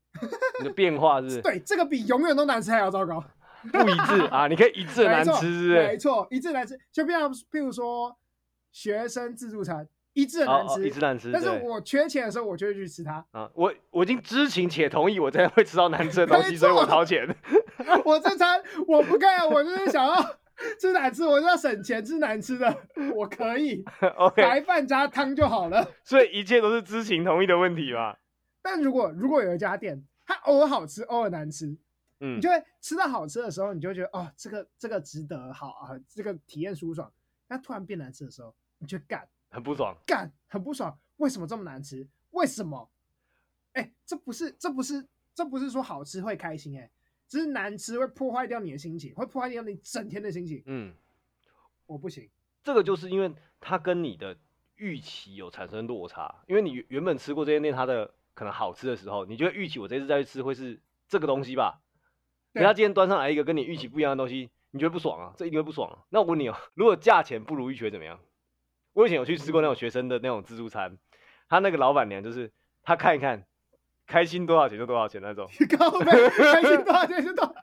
A: 你的变化是
B: 对，这个比永远都难吃还要糟糕。
A: 不一致啊，你可以一致
B: 没
A: 难
B: 错
A: 吃是不
B: 没
A: 是，
B: 错，一致难吃，就比如譬如说学生自助餐，一致的
A: 哦
B: 难
A: 哦，
B: 吃，
A: 一致难吃。
B: 但是
A: 对
B: 我缺钱的时候，我就会去吃它。
A: 啊，我我已经知情且同意，我真的会吃到难吃的东西，
B: 没
A: 所以我
B: 错
A: 掏钱。
B: 我这餐我不干，我就是想要吃难吃，我就要省钱吃难吃的，我可以
A: OK，
B: 白饭加汤就好了。
A: 所以一切都是知情同意的问题嘛。
B: 但如果如果有一家店，它偶尔好吃，偶尔难吃，
A: 嗯
B: 你，就会吃到好吃的时候，你就会觉得哦，这个这个值得，好啊，这个体验舒爽。那突然变难吃的时候，你就干
A: 很不爽。
B: 干很不爽，为什么这么难吃？为什么？哎，这不是这不是这不是说好吃会开心哎、只是难吃会破坏掉你的心情，会破坏掉你整天的心情。
A: 嗯，
B: 我不行。
A: 这个就是因为它跟你的预期有产生落差，因为你原原本吃过这间店它的可能好吃的时候，你就会预期我这次再去吃会是这个东西吧。
B: 对
A: 人家今天端上来一个跟你预期不一样的东西，你觉得不爽啊？这一定会不爽啊。那我问你哦，如果价钱不如预期会怎么样？我以前有去吃过那种学生的那种自助餐，他那个老板娘就是他看一看，开心多少钱就多少钱那种，
B: 高倍，开心 多少钱就多少，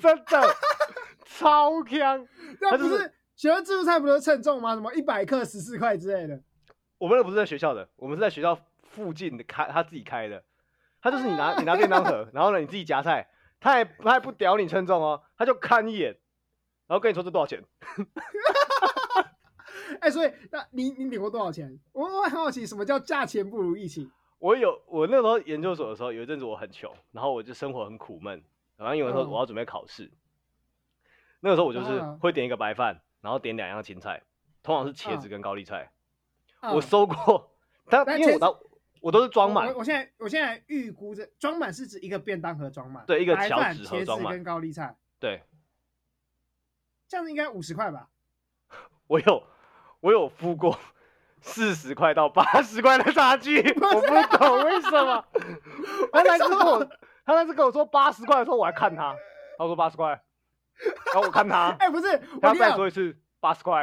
A: 真的超香。
B: 那不
A: 就是
B: 学生自助餐不都是称重吗？什么一百克十四块之类的，
A: 我们那不是在学校的，我们是在学校附近的开，他自己开的。他就是你
B: 啊
A: 拿你拿便当盒，然后呢你自己夹菜，他还他还不屌你称重哦，他就看一眼，然后跟你说这多少钱。
B: 哎、所以那你你领过多少钱？我我很好奇，什么叫价钱不如预期？
A: 我有我那时候研究所的时候，有一阵子我很穷，然后我就生活很苦闷，然后因为说
B: 嗯
A: 我要准备考试，那个时候我就是
B: 啊
A: 会点一个白饭，然后点两样青菜，通常是茄子
B: 嗯
A: 跟高丽菜。
B: 嗯
A: 我收过， 但
B: 但
A: 因为我
B: 茄
A: 当我都是装满
B: 我，我现在我现在预估这装满是指一个便当盒装满，
A: 对一个
B: 白
A: 小
B: 饭
A: 纸盒
B: 茄
A: 装
B: 子
A: 满
B: 跟高丽菜，
A: 对
B: 这样子应该五十块吧？
A: 我有我有付过四十块到八十块的差距，
B: 啊
A: 我不懂为什么。他那次跟我他那次跟我说八十块的时候，我还看他，他说八十块，然后我看他。
B: 哎、不是，我
A: 他
B: 跟你
A: 再
B: 讲
A: 说，一次，八十块。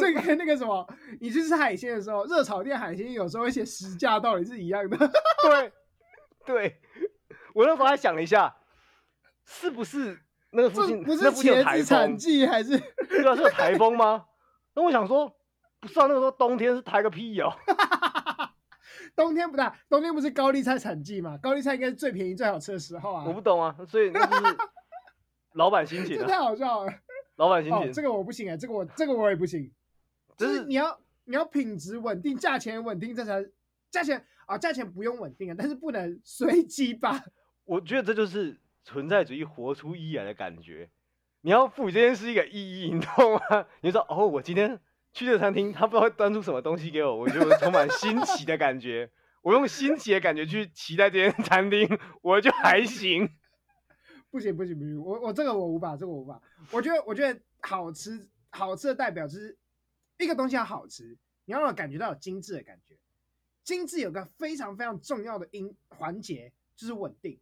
B: 这个跟那个什么，你去吃海鲜的时候，热炒店海鲜有时候会写实价，道理是一样的。
A: 对，对，我那时候还想了一下，是不是那个附
B: 这
A: 近
B: 不是
A: 那附近有
B: 茄
A: 台
B: 子产
A: 风？
B: 季还是？
A: 对啊，是有台风吗？ 那我想说，不是啊，那个时候冬天是台个屁哦。
B: 冬天不大，冬天不是高丽菜产季嘛？高丽菜应该是最便宜、最好吃的时候啊
A: 我！不懂啊，所以那就是老板心情
B: 这
A: 啊，
B: 太好笑了。
A: 老板心
B: 哦，
A: 情
B: 这，个我不行哎、这个我这个我也不行。
A: 就
B: 就是
A: 是
B: 你要你要品质稳定，价钱稳定，这才价钱啊，价钱不用稳定啊，但是不能随机吧？
A: 我觉得这就是存在主义活出意义来的感觉。你要赋予这件事一个意义，你懂吗？ 你说哦，我今天去这个餐厅，他不知道会端出什么东西给我，我就充满新奇的感觉。我用新奇的感觉去期待这间餐厅，我就还行。
B: 不行不行不行，我我这个我无法，这个我无法。我觉得我觉得好吃好吃的代表就是一个东西要好吃，你要让我感觉到有精致的感觉。精致有个非常非常重要的因环节就是稳定，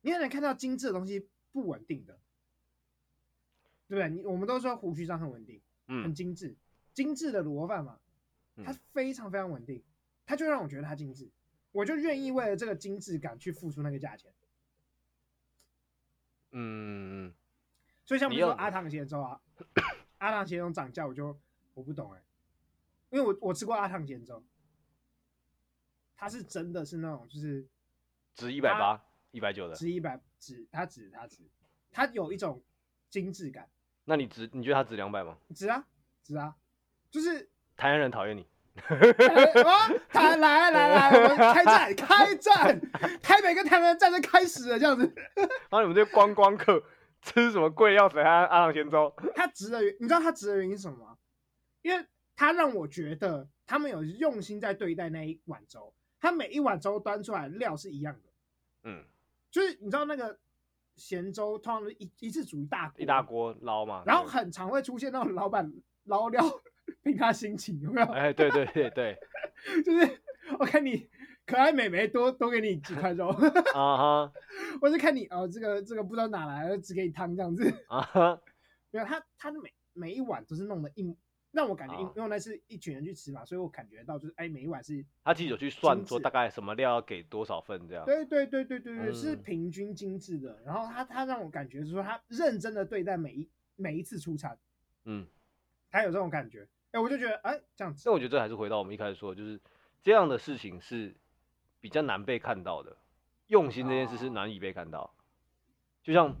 B: 你很难看到精致的东西不稳定的，对不对？你我们都说胡须章很稳定。很
A: 嗯，
B: 精致，精致的卤肉饭嘛，它
A: 嗯
B: 非常非常稳定，它就让我觉得它精致，我就愿意为了这个精致感去付出那个价钱。
A: 嗯，
B: 所以像比如
A: 你
B: 说
A: 有
B: 阿唐咸粥啊， 阿唐咸粥涨价，我就我不懂哎、因为我我吃过阿唐咸粥，它是真的是那种就是
A: 值一百八、一百九的，
B: 值一百值，它值它值，它有一种精致感，
A: 那你值？你觉得它值两百吗？
B: 值啊值啊，就是
A: 台南人讨 厌你，
B: 啊！台来来来，我们开战开战，台北跟台南战争开始了，这样子。
A: 然后你们这些观光客吃什么贵要死的阿阿郎咸粥？
B: 他值的原，你知道他值的原因是什么吗？因为他让我觉得他们有用心在对待那一碗粥，他每一碗粥端出来的料是一样的，
A: 嗯，
B: 就是你知道那个咸粥通常是一一次煮一大锅
A: 一大，锅捞嘛。
B: 然后
A: 对
B: 很常会出现那种老板捞料凭他心情，有没有？
A: 哎，对对对对，
B: 就是我看你可爱美眉多多给你几块肉。
A: 啊 哈
B: 我是看你哦，这个这个不知道哪来的，只给你汤这样子。
A: 啊哈，
B: 没有，他他每每一碗都是弄的一模，让我感觉，因
A: 哦
B: 因为那是一群人去吃嘛，所以我感觉到就是，哎，每一碗是，
A: 他其实有去算
B: 精
A: 说
B: 致
A: 大概什么料要给多少份这样。
B: 对对对对对对，是
A: 嗯
B: 平均精致的。然后他他让我感觉是说，他认真的对待每一每一次出餐，
A: 嗯，
B: 他有这种感觉。哎，我就觉得，哎，这样子
A: 那我觉得这还是回到我们一开始说的，就是这样的事情是比较难被看到的，用心这件事是
B: 哦
A: 难以被看到。就像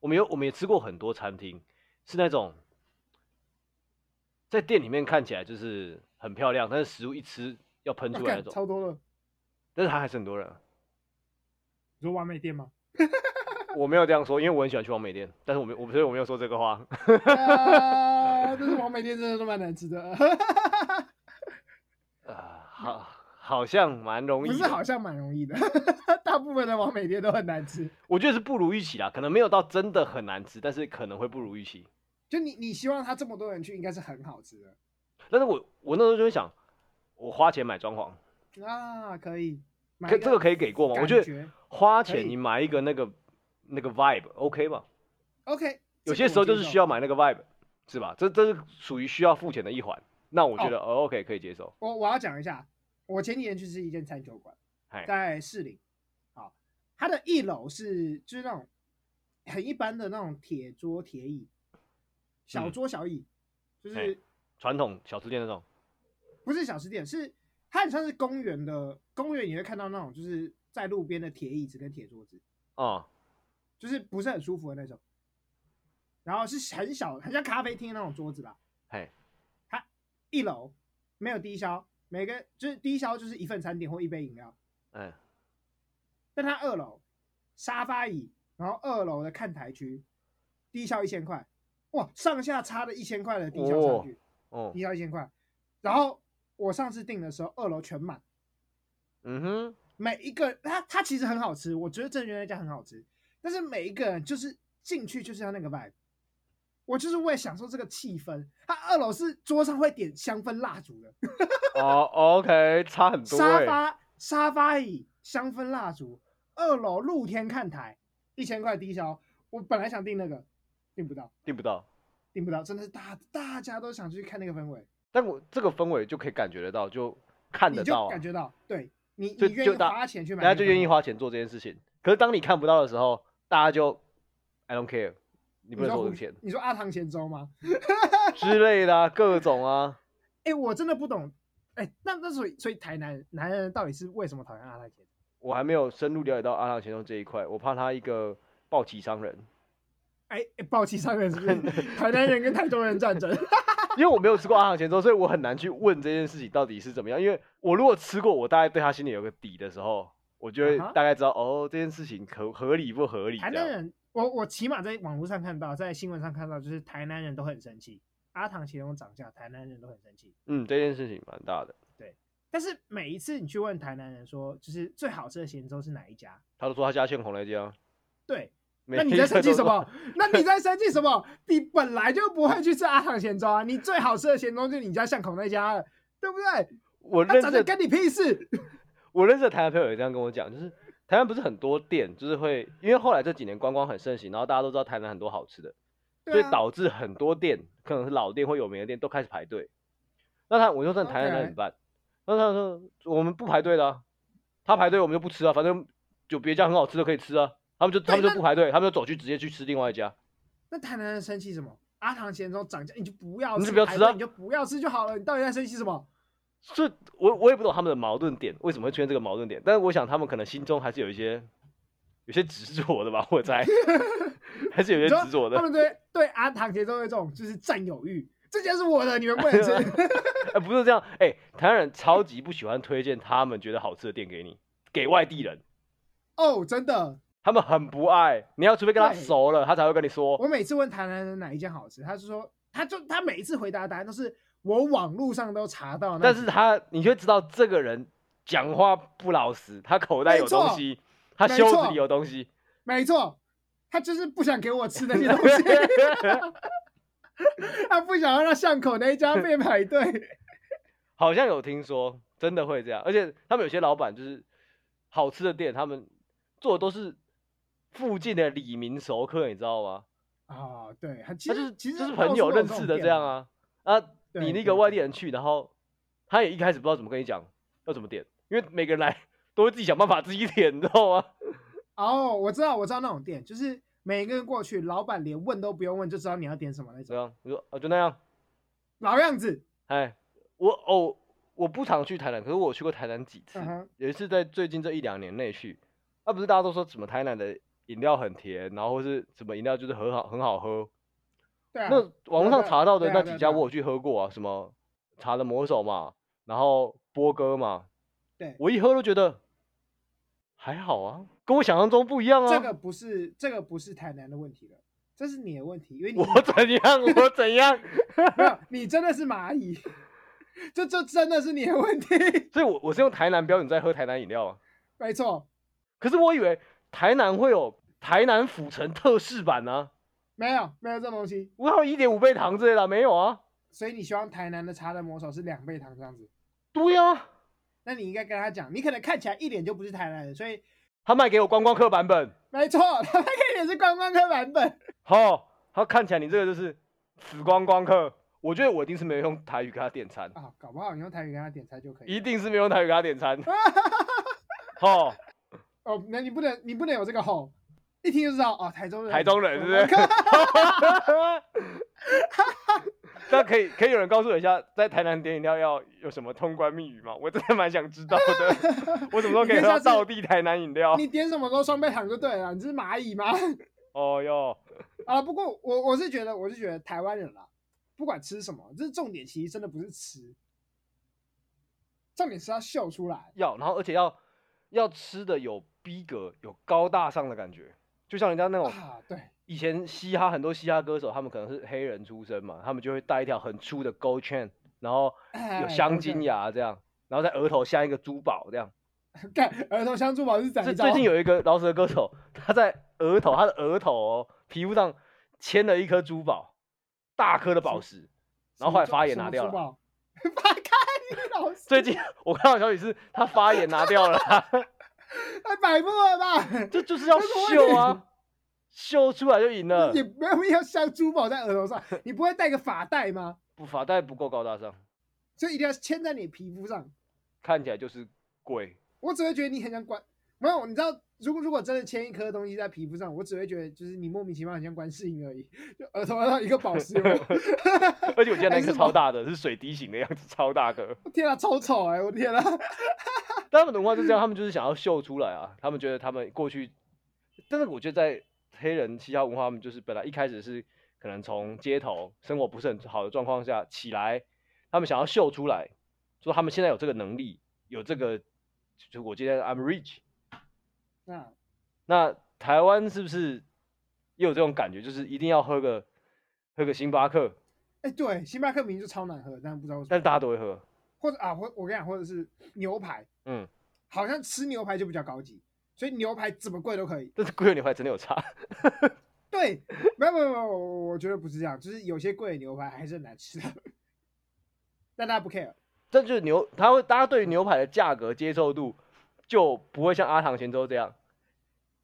A: 我们有我们也吃过很多餐厅，是那种在店里面看起来就是很漂亮，但是食物一吃要喷
B: 我
A: 出来那
B: 看
A: 种，
B: 超多了。
A: 但是它还是很多人啊。
B: 你说完美店吗？
A: 我没有这样说，因为我很喜欢去王美店，但是我没我所以我没有说这个话。
B: 呃，但是完美店真的都蛮难吃的，
A: 啊，好，好像蛮容易
B: 不
A: 的，
B: 是好像蛮容易的， 大部分的完美店都很难吃。
A: 我觉得是不如预期啦，可能没有到真的很难吃，但是可能会不如预期。
B: 就你你希望他这么多人去，应该是很好吃的
A: 但是我我那时候就会想，我花钱买装潢，
B: 啊，可以。买
A: 可
B: 一个
A: 这个可以给过吗？我
B: 感
A: 觉得
B: 觉
A: 花
B: 可以
A: 钱你买一个那个那个 vibe OK 吧？
B: OK，
A: 有些时候就是需
B: 要
A: 要买那个 vibe，是吧？这这是属于需要付钱的一环。那我觉得、哦、OK 可以接受。
B: 我我要讲一下，我前几天去吃一间餐酒馆，
A: 嗨，
B: 在士林，好，它的一楼是就是那种很一般的那种铁桌铁椅，小
A: 嗯
B: 桌小椅，就是
A: 嘿传统小吃店那种，
B: 不是小吃店，是它很像是公园的，公园你会看到那种就是在路边的铁椅子跟铁桌子，
A: 哦、
B: 就是不是很舒服的那种，然后是很小，很像咖啡厅的那种桌子吧，
A: 嘿，
B: 一楼没有低消，每个就是低消就是一份餐点或一杯饮料，
A: 哎，
B: 但它二楼沙发椅，然后二楼的看台区，低消一千块，哇，上下差了一千块的低消差距，
A: 哦
B: 低，消一千块。然后我上次订的时候，二楼全满，
A: 嗯哼，
B: 每一个它它其实很好吃，我觉得郑源那家很好吃，但是每一个人就是进去就是要那个 vibe，我就是为了享受这个气氛。它二楼是桌上会点香氛蜡烛的，
A: 哦，OK，差很多
B: 沙
A: 哎，
B: 发沙发椅、香氛蜡烛，二楼露天看台，一千块低消。我本来想订那个，订不到，
A: 订不到。
B: 订不到，真的是大大家都想去看那个氛围，
A: 但我这个氛围就可以感觉得到，就看得
B: 你
A: 到
B: 就
A: 啊
B: 感，觉到，对你
A: 就
B: 你愿
A: 就
B: 意
A: 大
B: 花钱去买
A: 大
B: 那个氛围，
A: 家就愿意花钱做这件事情。可是当你看不到的时候，大家就 I don't care，你
B: 你
A: 不能
B: 说
A: 收我
B: 胡
A: 的钱
B: 你说阿唐咸粥吗？
A: 之类的啊，各种啊。
B: 哎、我真的不懂，哎、那那所以所以台南男人到底是为什么讨厌阿拉甜？
A: 我还没有深入了解到阿拉先生这一块，我怕他一个暴起伤人，
B: 哎、哎暴气上面是不是 台南人跟台中人战争？
A: 因为我没有吃过阿航前粥，所以我很难去问这件事情到底是怎么样。因为我如果吃过，我大概对他心里有个底的时候，我就会
B: 啊哈
A: 大概知道、哦，这件事情合合理不合理
B: 台
A: 这
B: 南
A: 样。
B: 人，我我起码在网络上看到，在新闻上看到，就是台南人都很生气，阿唐其中涨价，台南人都很生气。
A: 嗯，这件事情蛮大的，
B: 但是每一次你去问台南人说，就是最好吃的咸粥是哪一家？
A: 他都说他家欠红了家。
B: 对，
A: 每
B: 那你
A: 一
B: 在
A: 个
B: 生气
A: 都
B: 什
A: 说？
B: 么？那你在生气什么？你本来就不会去吃阿唐咸粥啊！你最好吃的咸粥就是你家巷口那家了，对不对？
A: 我
B: 那
A: 认
B: 长
A: 识
B: 得
A: 的
B: 跟你屁事！
A: 我认识的台湾朋友也这样跟我讲，就是台湾不是很多店，就是会因为后来这几年观光很盛行，然后大家都知道台南很多好吃的，所
B: 对
A: 以
B: 啊
A: 导致很多店，可能是老店或有名的店都开始排队。那他我就问台南人
B: OK
A: 怎么办？那他说我们不排队的、啊，他排队我们就不吃啊，反正就别家很好吃的可以吃啊。他们就他们就
B: 那
A: 不排队，他们就走去直接去吃另外一家。
B: 那台南人生气什么？阿唐咸粥涨价，你就不要
A: 你
B: 吃，
A: 就不要吃啊
B: 排队你就不要吃就好了。你到底在生气什么？
A: 这我我也不懂他们的矛盾点为什么会出现这个矛盾点，但是我想他们可能心中还是有一些有些执着的吧，我 猜，还是有
B: 你
A: 些
B: 说
A: 执着的
B: 他。们对对阿唐咸粥有一种就是占有欲，这家是我的，你们不能 吃。
A: 哎、不是这样，哎、台湾人超级不喜欢推荐他们觉得好吃的店给你，给外地人，
B: 哦，真的，
A: 他们很不爱。你要除非跟他
B: 对
A: 熟了，他才会跟你说。
B: 我每次问台南人哪一间好吃，他就说，他就他每一次回答的答案都是我网络上都查到那
A: 但
B: 几
A: 是
B: 间，
A: 他，你就会知道这个人讲话不老实，他口袋有
B: 没错
A: 东西，他
B: 没
A: 袖子
B: 错
A: 里有东西。
B: 没错，他就是不想给我吃那些东 西，他不想要让巷口那一家被排队。
A: 好像有听说，真的会这样。而且他们有些老板就是好吃的店，他们做的都是附近的李明熟客，你知道吗？
B: 哦，对，他其
A: 他
B: 实、
A: 就是
B: 其实
A: 就是
B: 到
A: 朋
B: 处
A: 友
B: 都有
A: 认
B: 种
A: 识的
B: 店
A: 这样啊啊！
B: 对
A: 你那
B: 对
A: 个外地
B: 对
A: 人去，然后他也一开始不知道怎么跟你讲，要怎么点，因为每个人来都会自己想办法自己点，你知道吗？
B: 哦，我知道，我知道那种店，就是每个人过去，老板连问都不用问就知道你要点什么那
A: 这
B: 种，
A: 样你说啊，就那样。
B: 老样子。嗯
A: 哎，我哦，我不常去台南，可是我去过台南几次，
B: 嗯哼，
A: 有一次在最近这一两年内去，那、不是大家都说什么台南的饮料很甜，然后或是什么饮料就是很好很好喝，
B: 对啊，
A: 那网络上
B: 对啊
A: 查到的
B: 对啊
A: 那几
B: 对啊对
A: 家
B: 啊
A: 我有去喝过啊，什么茶的魔手嘛，然后波哥嘛，
B: 对
A: 我一喝都觉得还好啊，跟我想象中不一样啊。
B: 这个不是这个不是台南的问题了，这是你的问题，因为你
A: 我怎样，我怎样，
B: 没有你真的是蚂蚁， 这这真的是你的问题，
A: 所以我我是用台南标准在喝台南饮料啊。
B: 没错，
A: 可是我以为台南会有台南府城特仕版啊，
B: 没有没有这种东西，
A: 我有一点五倍糖之类的啊，没有啊？
B: 所以你希望台南的茶的魔手是两倍糖这样子，
A: 对啊，
B: 那你应该跟他讲，你可能看起来一脸就不是台南人，所以
A: 他卖给我观光客版本，
B: 没错，他们一脸是观光客版本，
A: 好、他看起来你这个就是死观光客。我觉得我一定是没有用台语给他点餐，
B: 啊、搞不好你用台语跟他点菜就可以了，
A: 一定是没有用台语给他点餐。 哦，
B: 哦，那你不能，你不能有这个吼，一听就知道哦，台中人，
A: 台中人是不
B: 我
A: 是
B: 看？
A: 那可以可以有人告诉我一下，在台南点饮料要有什么通关密语吗？我真的蛮想知道的。我什么时候可以喝
B: 你可以下
A: 到
B: 次
A: 道地台南饮 料？
B: 你点什么都双倍糖就对了，你是蚂蚁吗？
A: 哦哟，
B: 啊，不过我我是觉得，我是觉得台湾人啦，不管吃什么，这重点其实真的不是吃，重点是要秀出来，
A: 要，然后而且要要吃的有逼格，有高大上的感觉，就像人家那种
B: 啊，对，
A: 以前嘻哈很多嘻哈歌手，他们可能是黑人出身嘛，他们就会戴一条很粗的 gold chain，然后有
B: 哎
A: 镶金，
B: 对
A: 牙这样，然后在额头镶一个珠宝这样。
B: 对干儿童相珠宝是怎
A: 最
B: 么？
A: 最近有一个饶舌歌手，他在额头，他的额头、哦、皮肤上嵌了一颗珠宝，大颗的宝石。然后后来发言拿掉了
B: 了， 发开老师，
A: 最近我看到消息是他发炎拿掉了 啊，
B: 太白目哎 了吧？
A: 这就是要秀啊，秀出来就赢了
B: 也。没有要镶珠宝在额头上，你不会戴个发带吗？
A: 不发带不够高大上，
B: 所以一定要牵在你皮肤上。
A: 看起来就是贵。
B: 我只会觉得你很像关，没有，你知道，如果如果真的牵一颗东西在皮肤上，我只会觉得就是你莫名其妙很像观世音而已，就额头上一个宝石有没有。
A: 而且我记得那
B: 还哎是
A: 颗超大的，是水滴型的样子，超大颗。
B: 天啊，超丑哎、我的天啊！
A: 但他们的文化就这样，他们就是想要秀出来啊。他们觉得他们过去，但是我觉得在黑人嘻哈文化，他们就是本来一开始是可能从街头生活不是很好的状况下起来，他们想要秀出来，说他们现在有这个能力，有这个，就是我今天 I'm rich。
B: 啊，
A: 那台湾是不是也有这种感觉，就是一定要喝个喝个星巴克，
B: 哎、对，星巴克明明就超难喝，但不知道为什
A: 但
B: 么。
A: 是大家都会喝，
B: 或者啊，或我跟你讲，或者是牛排，
A: 嗯，
B: 好像吃牛排就比较高级，所以牛排怎么贵都可以。
A: 但是贵的牛排真的有差。
B: 对，没有没有没有，我我觉得不是这样，就是有些贵的牛排还是很难吃的， 但大家不 care。
A: 这就是牛，他会大家对于牛排的价格接受度就不会像阿唐咸粥这样，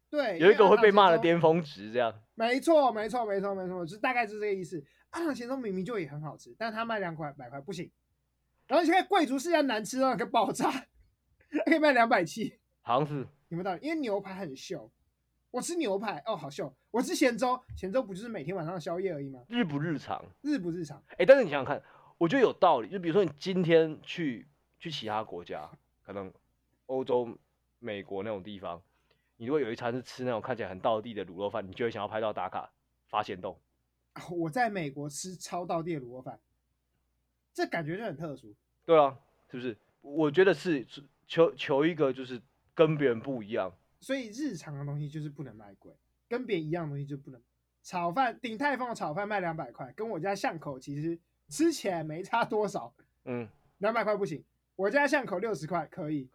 B: 对，因
A: 有
B: 为
A: 一个
B: 阿
A: 会
B: 唐
A: 被
B: 咸
A: 骂的
B: 粥。
A: 巅峰值这样。
B: 没错，没错，没错，没错，就是大概就是这个意思。阿唐咸粥明明就也很好吃，但他卖两块百块不行，然后你现在贵族世家难吃到一个爆炸，可以卖两百七。
A: 好像是
B: 有没有道理？因为牛排很秀，我吃牛排哦，好秀。我吃咸粥，咸粥不就是每天晚上的宵夜而已吗？
A: 日不日常，
B: 日不日常，
A: 哎、但是你想想看，我觉得有道理。就比如说你今天去去其他国家，可能欧洲、美国那种地方，你如果有一餐是吃那种看起来很道地的卤肉饭，你就会想要拍照打卡发现洞。
B: 啊我在美国吃超道地的卤肉饭，这感觉就很特殊。
A: 对啊，是不是？我觉得是是求求一个就是跟别人不一样。
B: 所以日常的东西就是不能卖贵，跟别人一样的东西就不能。炒饭鼎泰丰的炒饭卖两百块，跟我家巷口其实吃起来没差多少，
A: 嗯，
B: 两百块不行。我家巷口六十块可以，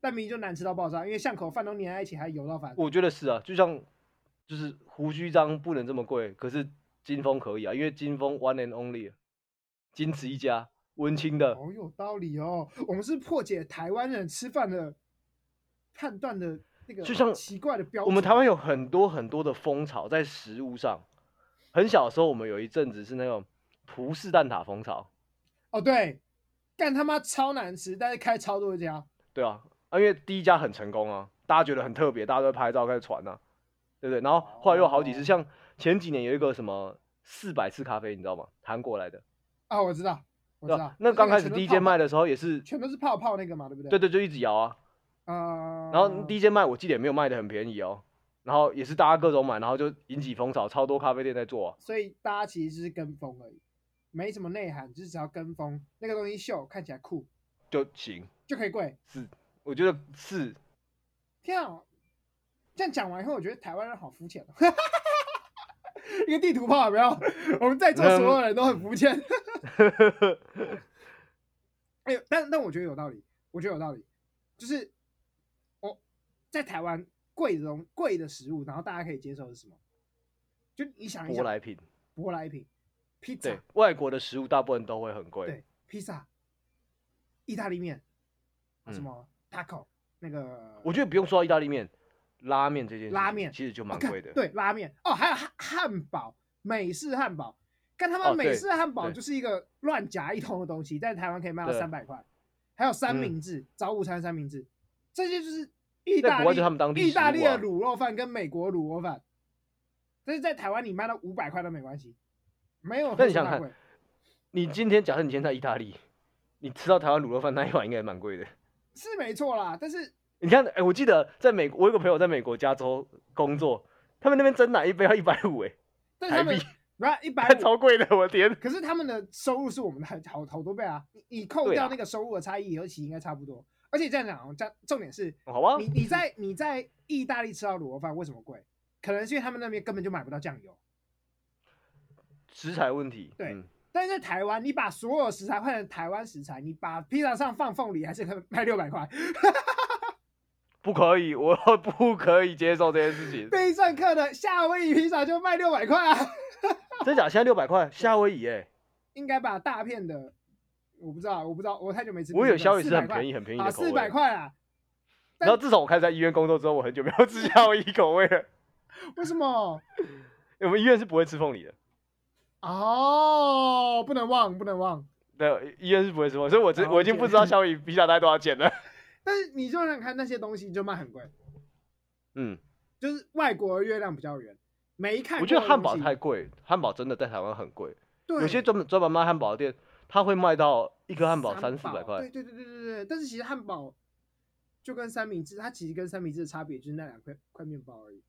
B: 但明明就难吃到爆炸，因为巷口饭都粘在一起，还油到烦。
A: 我觉得是啊，就像就是胡须章不能这么贵，可是金峰可以啊，因为金峰 one and only，仅此一家，温馨的。
B: 好有道理哦，我们是破解台湾人吃饭的判断的那个
A: 就像
B: 奇怪的标准。
A: 我们台湾有很多很多的风潮在食物上，很小的时候我们有一阵子是那种葡式蛋挞风潮，
B: 哦，对，干他妈超难吃，但是开超多家，
A: 对啊，啊因为第一家很成功啊，大家觉得很特别，大家都在拍照开始传啊，对不对？然后后来又有好几次，
B: 哦
A: 像前几年有一个什么四百次咖啡，你知道吗？韩国来的，
B: 啊，我知道，我
A: 对
B: 知
A: 吧、
B: 道。
A: 那刚开始
B: 全都
A: 第
B: 是
A: 一间
B: 泡
A: 卖的时候也是，
B: 全都是泡泡那个嘛，对不对？
A: 对对，就一直摇啊，
B: 啊、
A: 然后第一间卖我记得也没有卖的很便宜哦，然后也是大家各种买，然后就引起风潮，超多咖啡店在做啊、
B: 所以大家其实就是跟风而已，没什么内涵，就是只要跟风，那个东西秀看起来酷
A: 就行，
B: 就可以贵。
A: 我觉得是
B: 天啊！这样讲完以后，我觉得台湾人好肤浅、哦， 一个地图炮有没有？我们在座所有人都很肤浅。哎呦，但但我觉得有道理，我觉得有道理，就是我、哦在台湾贵的东贵的食物，然后大家可以接受的是什么？就你想一
A: 舶
B: 想，
A: 来品。
B: 舶来品、披
A: 对
B: 萨、，
A: 外国的食物大部分都会很贵。
B: 对，披萨、意大利面、
A: 嗯
B: 啊什么 taco 那个，
A: 我觉得不用说到意大利面，拉面这件事情
B: 拉面
A: 其实就
B: 我
A: 蛮
B: 看
A: 贵的。，
B: 哦对，拉面哦，还有汉汉堡，美式汉堡。干他妈
A: 哦对
B: 美式汉堡
A: 对
B: 就是一个乱夹一通的东西，但台湾可以卖到
A: 对
B: 三百块。还有三
A: 嗯
B: 明治，早午餐三明治，这些就是意
A: 在
B: 大
A: 国
B: 利
A: 外就他们当地
B: 意大
A: 食
B: 利
A: 物
B: 的
A: 啊
B: 卤肉饭跟美国卤肉饭，但是在台湾你卖到五百块都没关系，没有
A: 那
B: 很
A: 你想想
B: 大
A: 看
B: 贵。，
A: 你今天假设你今天在意大利，你吃到台湾卤肉饭那一碗应该也蛮贵的。
B: 是没错啦，但是
A: 你看，哎、我记得在美国，我有个朋友在美国加州工作，他们那边真奶一杯要一百五，哎，
B: 但是他们
A: 台币
B: 不要一百
A: 超贵的，我的天！
B: 可是他们的收入是我们的好好多倍啊！你你扣
A: 对
B: 掉
A: 啦
B: 那个收入的差异，尤其应该差不多。而且这样讲，这样重点是，
A: 好吧
B: 你，你在你在意大利吃到卤肉饭为什么贵？可能是因为他们那边根本就买不到酱油。
A: 食材问题，
B: 对
A: 嗯
B: 但是在台湾，你把所有食材换成台湾食材，你把披萨上放凤梨，还是可以卖六百块。
A: 不可以，我 不可以接受这件事情。
B: 必胜客的夏威夷披萨就卖六百块啊，
A: 真假？现在六百块，夏威夷哎、
B: 应该把大片的，我不知道，我不知道，我太久没吃。
A: 我以为夏威夷是很便
B: 宜
A: 宜很便宜
B: 啊，
A: 的口味。
B: 四百块啊？
A: 然后自从我开始在医院工作之后，我很久没有吃夏威夷口味了。
B: 为什么？
A: 我们医院是不会吃凤梨的，
B: 哦，不能忘，不能忘。
A: 对，医院是不会吃凤梨，所以我知
B: 了解
A: 我已经不知道夏威夷披萨大概多少钱 了。
B: 但是你就想看那些东西就卖很贵，
A: 嗯，
B: 就是外国的月亮比较圆，没看
A: 我
B: 过
A: 觉
B: 的
A: 得
B: 东西。
A: 汉堡太贵，汉堡真的在台湾很贵，
B: 对，
A: 有些专门专门卖汉堡的店，他会卖到一颗汉堡三四百块
B: 对。对对对对对，但是其实汉堡就跟三明治，它其实跟三明治的差别就是那两块块面包而已。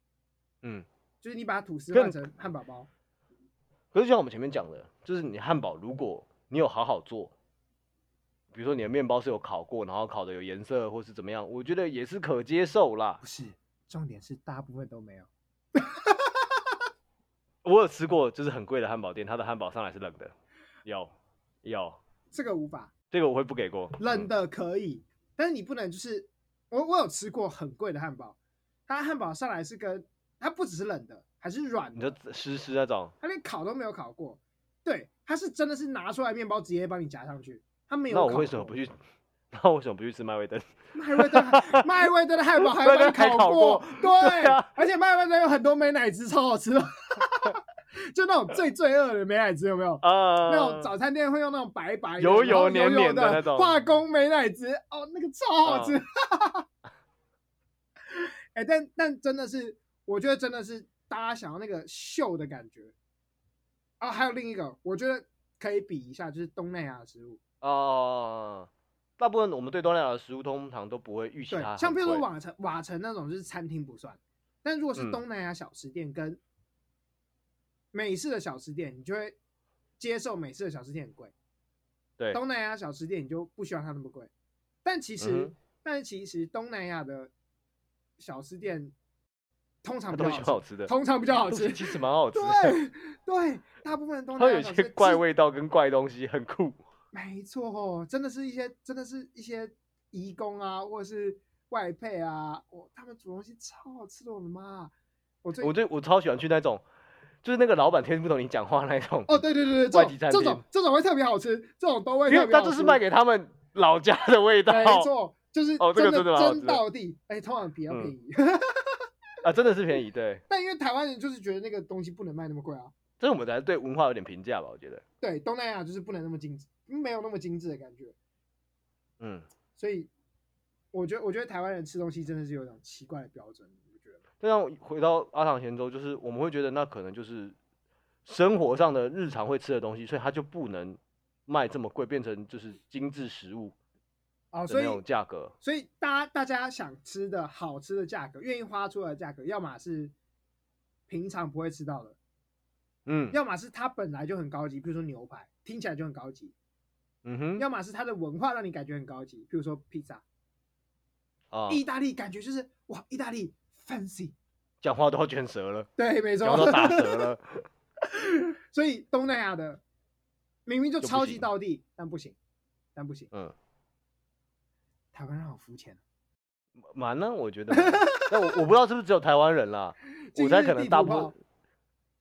A: 嗯，
B: 就是你把吐司
A: 更
B: 换成汉堡包，
A: 可是就像我们前面讲的，就是你汉堡如果你有好好做，比如说你的面包是有烤过，然后烤的有颜色或是怎么样，我觉得也是可接受啦
B: 不。是。重点是大部分都没有。
A: 我有吃过就是很贵的汉堡店，它的汉堡上来是冷的，有有，
B: 这个无法，
A: 这个我会不给过。
B: 冷
A: 嗯
B: 的可以，但是你不能就是我我有吃过很贵的汉堡，它汉堡上来是跟它不只是冷的，还是软
A: 嗯你
B: 的，
A: 就湿湿那种，
B: 它连烤都没有烤过。对，它是真的是拿出来面包直接帮你夹上去，它没有。
A: 那我为什么不？去？ 那我为什么不去吃麦味登？
B: 麦味登，麦味登的汉堡还
A: 麦味登
B: 帮你
A: 还烤
B: 过
A: 过，
B: 对
A: 对啊
B: 而且麦味登有很多美乃滋，超好吃的， 就那种最罪恶的美乃滋，有没有？
A: 啊，
B: 那种早餐店会用那种白白的
A: 油
B: 然后
A: 油黏黏的
B: 的
A: 那种
B: 化工美乃滋，哦，那个超好吃。
A: 哦
B: 哎、但但真的是，我觉得真的是大家想要那个秀的感觉。啊、还有另一个，我觉得可以比一下，就是东南亚的食物。
A: 哦，大部分我们对东南亚的食物通常都不会预期
B: 对
A: 它，很
B: 像比如说
A: 贵
B: 瓦城瓦城那种，就是餐厅不算。但如果是
A: 嗯
B: 东南亚小吃店跟美式的小吃店，你就会接受美式的小吃店很贵。
A: 对，
B: 东南亚小吃店，你就不希望它那么贵。但其
A: 嗯
B: 实，
A: 哼
B: 但其实东南亚的小吃店通常
A: 它
B: 比
A: 都
B: 较
A: 喜欢
B: 好
A: 好
B: 吃，
A: 吃的，
B: 通常比较好
A: 东
B: 吃
A: 西。其实蛮好吃的，
B: 对对，大部分的东
A: 它
B: 南
A: 有
B: 亚
A: 一
B: 小
A: 些
B: 吃
A: 怪
B: 其
A: 味道跟怪东西，很酷。
B: 没错、哦，真的是一些，真的是一些移工啊，或者是外配啊，我他们煮东西超好吃的，我的妈！啊我最
A: 我最我超喜欢去那种，就是那个老板听不懂你讲话那一种，
B: 哦，对对对对，
A: 外
B: 这
A: 籍
B: 种
A: 餐
B: 这
A: 厅
B: 种这种会特别好吃，这种都会
A: 因
B: 特
A: 为
B: 别
A: 它
B: 好吃。
A: 就是卖给他们老家的味道，
B: 没错，就是
A: 哦这个
B: 真
A: 真的蛮好吃的
B: 真到地，哎，通常比较
A: 嗯
B: 便宜。
A: 啊，真的是便宜，对，
B: 但因为台湾人就是觉得那个东西不能卖那么贵啊，
A: 这是我们才对文化有点评价吧，我觉得，
B: 对，东南亚就是不能那么精致，没有那么精致的感觉，
A: 嗯，
B: 所以我觉得，我觉得台湾人吃东西真的是有一种奇怪的标准，你不觉得吗？
A: 这样回到阿唐贤州，就是我们会觉得那可能就是生活上的日常会吃的东西，所以它就不能卖这么贵，变成就是精致食物
B: 啊、
A: 的
B: 所
A: 那
B: 以
A: 种价格。
B: 所以大家大家想吃的好吃的价格，愿意花出来的价格，要么是平常不会吃到的，
A: 嗯
B: 要么是它本来就很高级，比如说牛排听起来就很高级，
A: 嗯哼
B: 要么是它的文化让你感觉很高级，比如说披萨，
A: 啊，
B: 意大利感觉就是哇，意大利 fancy，
A: 讲话都要卷舌了，
B: 对， 没错，
A: 讲话都打舌了。
B: 所以东南亚的明明就
A: 就不
B: 超级
A: 行
B: 到地，但不行，但不行。
A: 嗯，
B: 台湾人好肤浅，啊
A: 蛮呢，我觉得蛮。但我我不知道是不是只有台湾人 啦，
B: 今
A: 我
B: 日
A: 猜可
B: 地
A: 能
B: 图
A: 大部
B: 炮
A: 分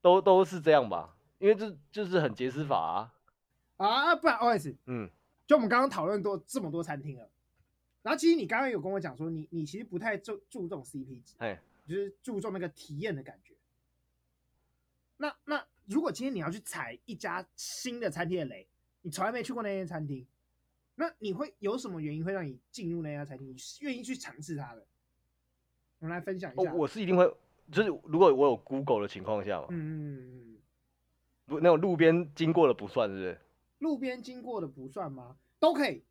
A: 都都是这样吧，因为这就是很杰斯法啊。
B: 啊！不然 OS，
A: 嗯，
B: 就我们刚刚讨论多这么多餐厅了，然后其实你刚刚有跟我讲说，你你其实不太注注重 CP 值，
A: 哎，
B: 就是注重那个体验的感觉。那那如果今天你要去踩一家新的餐厅的雷，你从来没去过那间餐厅，那你会有什么原因会让你进入那家餐厅？你愿意去尝试它的？我们来分享一
A: 哦
B: 下。
A: 我是一定会，就是如果我有 Google 的情况下嘛，
B: 嗯，
A: 不那种路边经过的不算，是不是？
B: 路边经过的不算吗？都可以，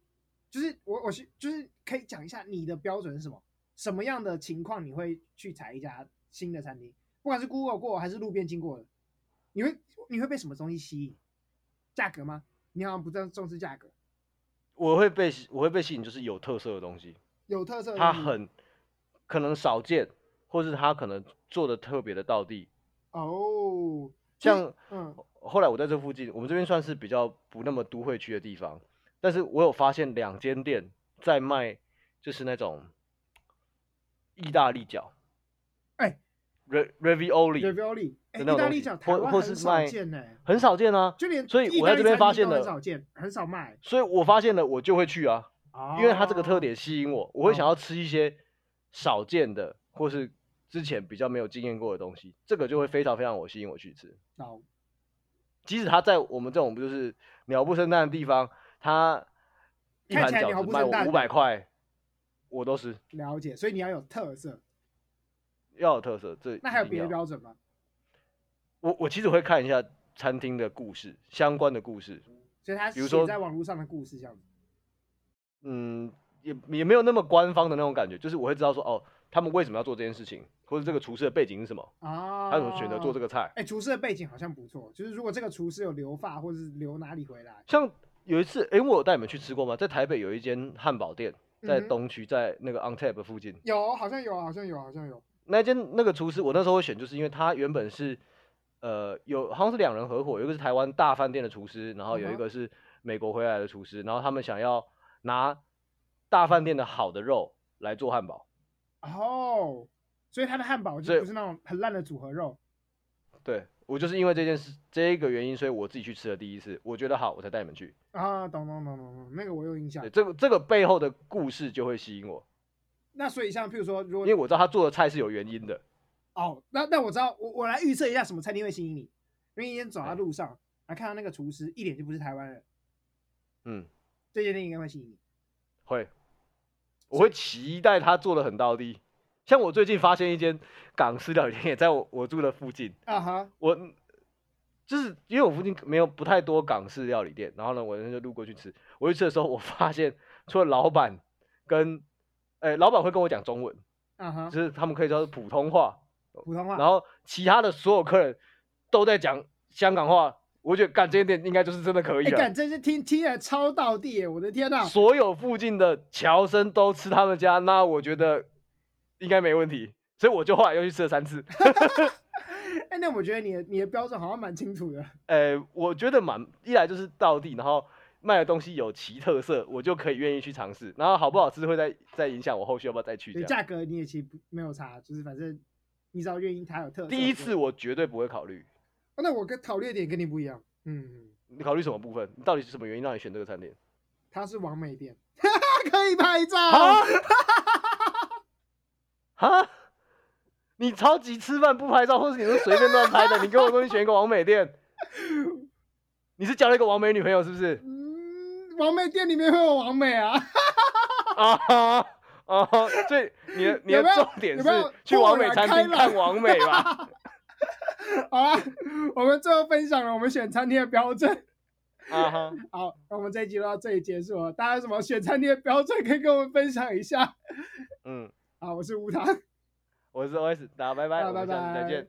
B: 就是我我是就是可以讲一下你的标准是什么？什么样的情况你会去踩一家新的餐厅？不管是 Google 过还是路边经过的，你会你会被什么东西吸引？价格吗？你好像不重重视价格，
A: 我会被吸我会被吸引，就是有特色的东西，
B: 有特色的
A: 它
B: 东西
A: 很可能少见，或是它可能做的特别的到地。
B: 哦，所以
A: 像
B: 嗯
A: 后来我在这附近，我们这边算是比较不那么都会区的地方，但是我有发现两间店在卖，就是那种意大利饺，
B: 哎
A: ，re ravioli
B: ，ravioli，
A: 的那
B: 哎，意
A: 种
B: 大
A: 东
B: 利
A: 西
B: 饺台
A: 或
B: 湾
A: 或
B: 很
A: 是
B: 少
A: 卖
B: 见呢，
A: 很少见啊，
B: 就连
A: 所以
B: 意
A: 我
B: 大
A: 在这
B: 利
A: 边
B: 餐
A: 发
B: 厅
A: 现
B: 都很
A: 了
B: 少见，很少卖，
A: 所以我发现了，我就会去啊，因为它这个特
B: 哦
A: 点吸引我，我会想
B: 哦
A: 要吃一些少见的，或是之前比较没有经验过的东西，这个就会非常非常我吸引我去吃。
B: 哦
A: 即使它在我们这种不就是鸟不生蛋的地方，它一
B: 看
A: 盘
B: 起来鸟
A: 饺
B: 不
A: 子
B: 生
A: 卖我
B: 蛋
A: 五百块，我都是
B: 了解，所以你要有特色。
A: 要有特色。这
B: 那还有
A: 一定
B: 别的
A: 要
B: 标准吗？
A: 我我其实会看一下餐厅的故事，相关的故事，
B: 所以他
A: 比如
B: 写
A: 说
B: 在网络上的故事这样子。
A: 嗯，也也没有那么官方的那种感觉，就是我会知道说哦，他们为什么要做这件事情，或者这个厨师的背景是什么，
B: 啊，
A: 他怎么选择做这个
B: 个？
A: 菜。
B: 哎，厨师的背景好像不错，就是如果这个厨师有留发或者是留哪里回来，
A: 像有一次，诶，我有带你们去吃过吗？在台北有一间汉堡店，在
B: 嗯哼
A: 东区，在那个 On Tap 附近。
B: 有好像有好像有好像有，
A: 那间那个厨师，我那时候会选，就是因为他原本是，呃，有好像是两人合伙，有一个是台湾大饭店的厨师，然后有
B: 嗯
A: 一
B: 哼
A: 个是美国回来的厨师，然后他们想要拿大饭店的好的肉来做汉堡，
B: 哦，所以他的汉堡就
A: 这
B: 不是那种很烂的组合肉。
A: 对我就是因为这件事这个原因，所以我自己去吃了第一次，我觉得好，我才带你们去。
B: 啊，懂懂懂懂懂，那个我有印象
A: 对，。这个这个背后的故事就会吸引我，
B: 那所以像譬如说，如
A: 因为
B: 果
A: 我知道他做的菜是有原因的。
B: 哦，那那我知道，我我来预测一下什么餐厅会吸引你，因为你今天走在
A: 哎
B: 路上，还看到那个厨师一脸就不是台湾人，
A: 嗯，
B: 这间店应该会吸引你。
A: 会，我会期待他做的很到地。像我最近发现一间港式料理店，也在我我 住的附近。
B: 啊哈，
A: 我就是因为我附近没有不太多港式料理店，然后呢，我那天就路过去吃。我去吃的时候，我发现除了老板跟，哎、老板会跟我讲中文，
B: 啊哈，
A: 就是他们可以说是普通话，
B: 普通话
A: 然。后其他的所有客人都在讲香港话。我觉得干这间店应该就是真的可以
B: 哎，
A: 了。
B: 干，真是听听起来超到地耶！我的天呐、啊
A: 所有附近的侨生都吃他们家，那我觉得应该没问题。所以我就后来又去吃了三 次。
B: 哎，那我觉得你的你的标准好像蛮清楚的。
A: 呃，我觉得蛮一来就是到地，然后卖的东西有其特色，我就可以愿意去尝试。然后好不好吃会再再影响我后续要不要再去这
B: 对，
A: 样。
B: 价格你也其实不没有差，就是反正你只要愿意，它有特色。
A: 第一
B: 对
A: 次我绝对不会考虑。
B: 哦那我跟考虑的点跟你不一样。嗯，
A: 你考虑什么部分？到底是什么原因让你选这个餐厅？
B: 它是完美店， 可以拍照。
A: 啊 啊！你超级吃饭不拍照，或是你是随便乱拍的？你跟我说你选一个完美店，你是交了一个完美女朋友是不是？
B: 嗯，完美店里面会有完美啊，
A: 啊哈啊哈！所以你的你
B: 有
A: 的
B: 没有
A: 重点
B: 有
A: 是
B: 没有
A: 去
B: 豁
A: 完美
B: 然
A: 餐
B: 开
A: 厅
B: 朗
A: 看完美 吧？
B: 好啦，我们最后分享了我们选餐厅的标准。
A: 啊哈！
B: 好，那我们这一集就到这里结束了。大家有什么选餐厅的标准可以跟我们分享一下？
A: 嗯，
B: 好，我是吴糖。
A: 我是 OS，大家拜拜，
B: 好
A: 我们
B: 拜
A: 下次再
B: 拜
A: 见。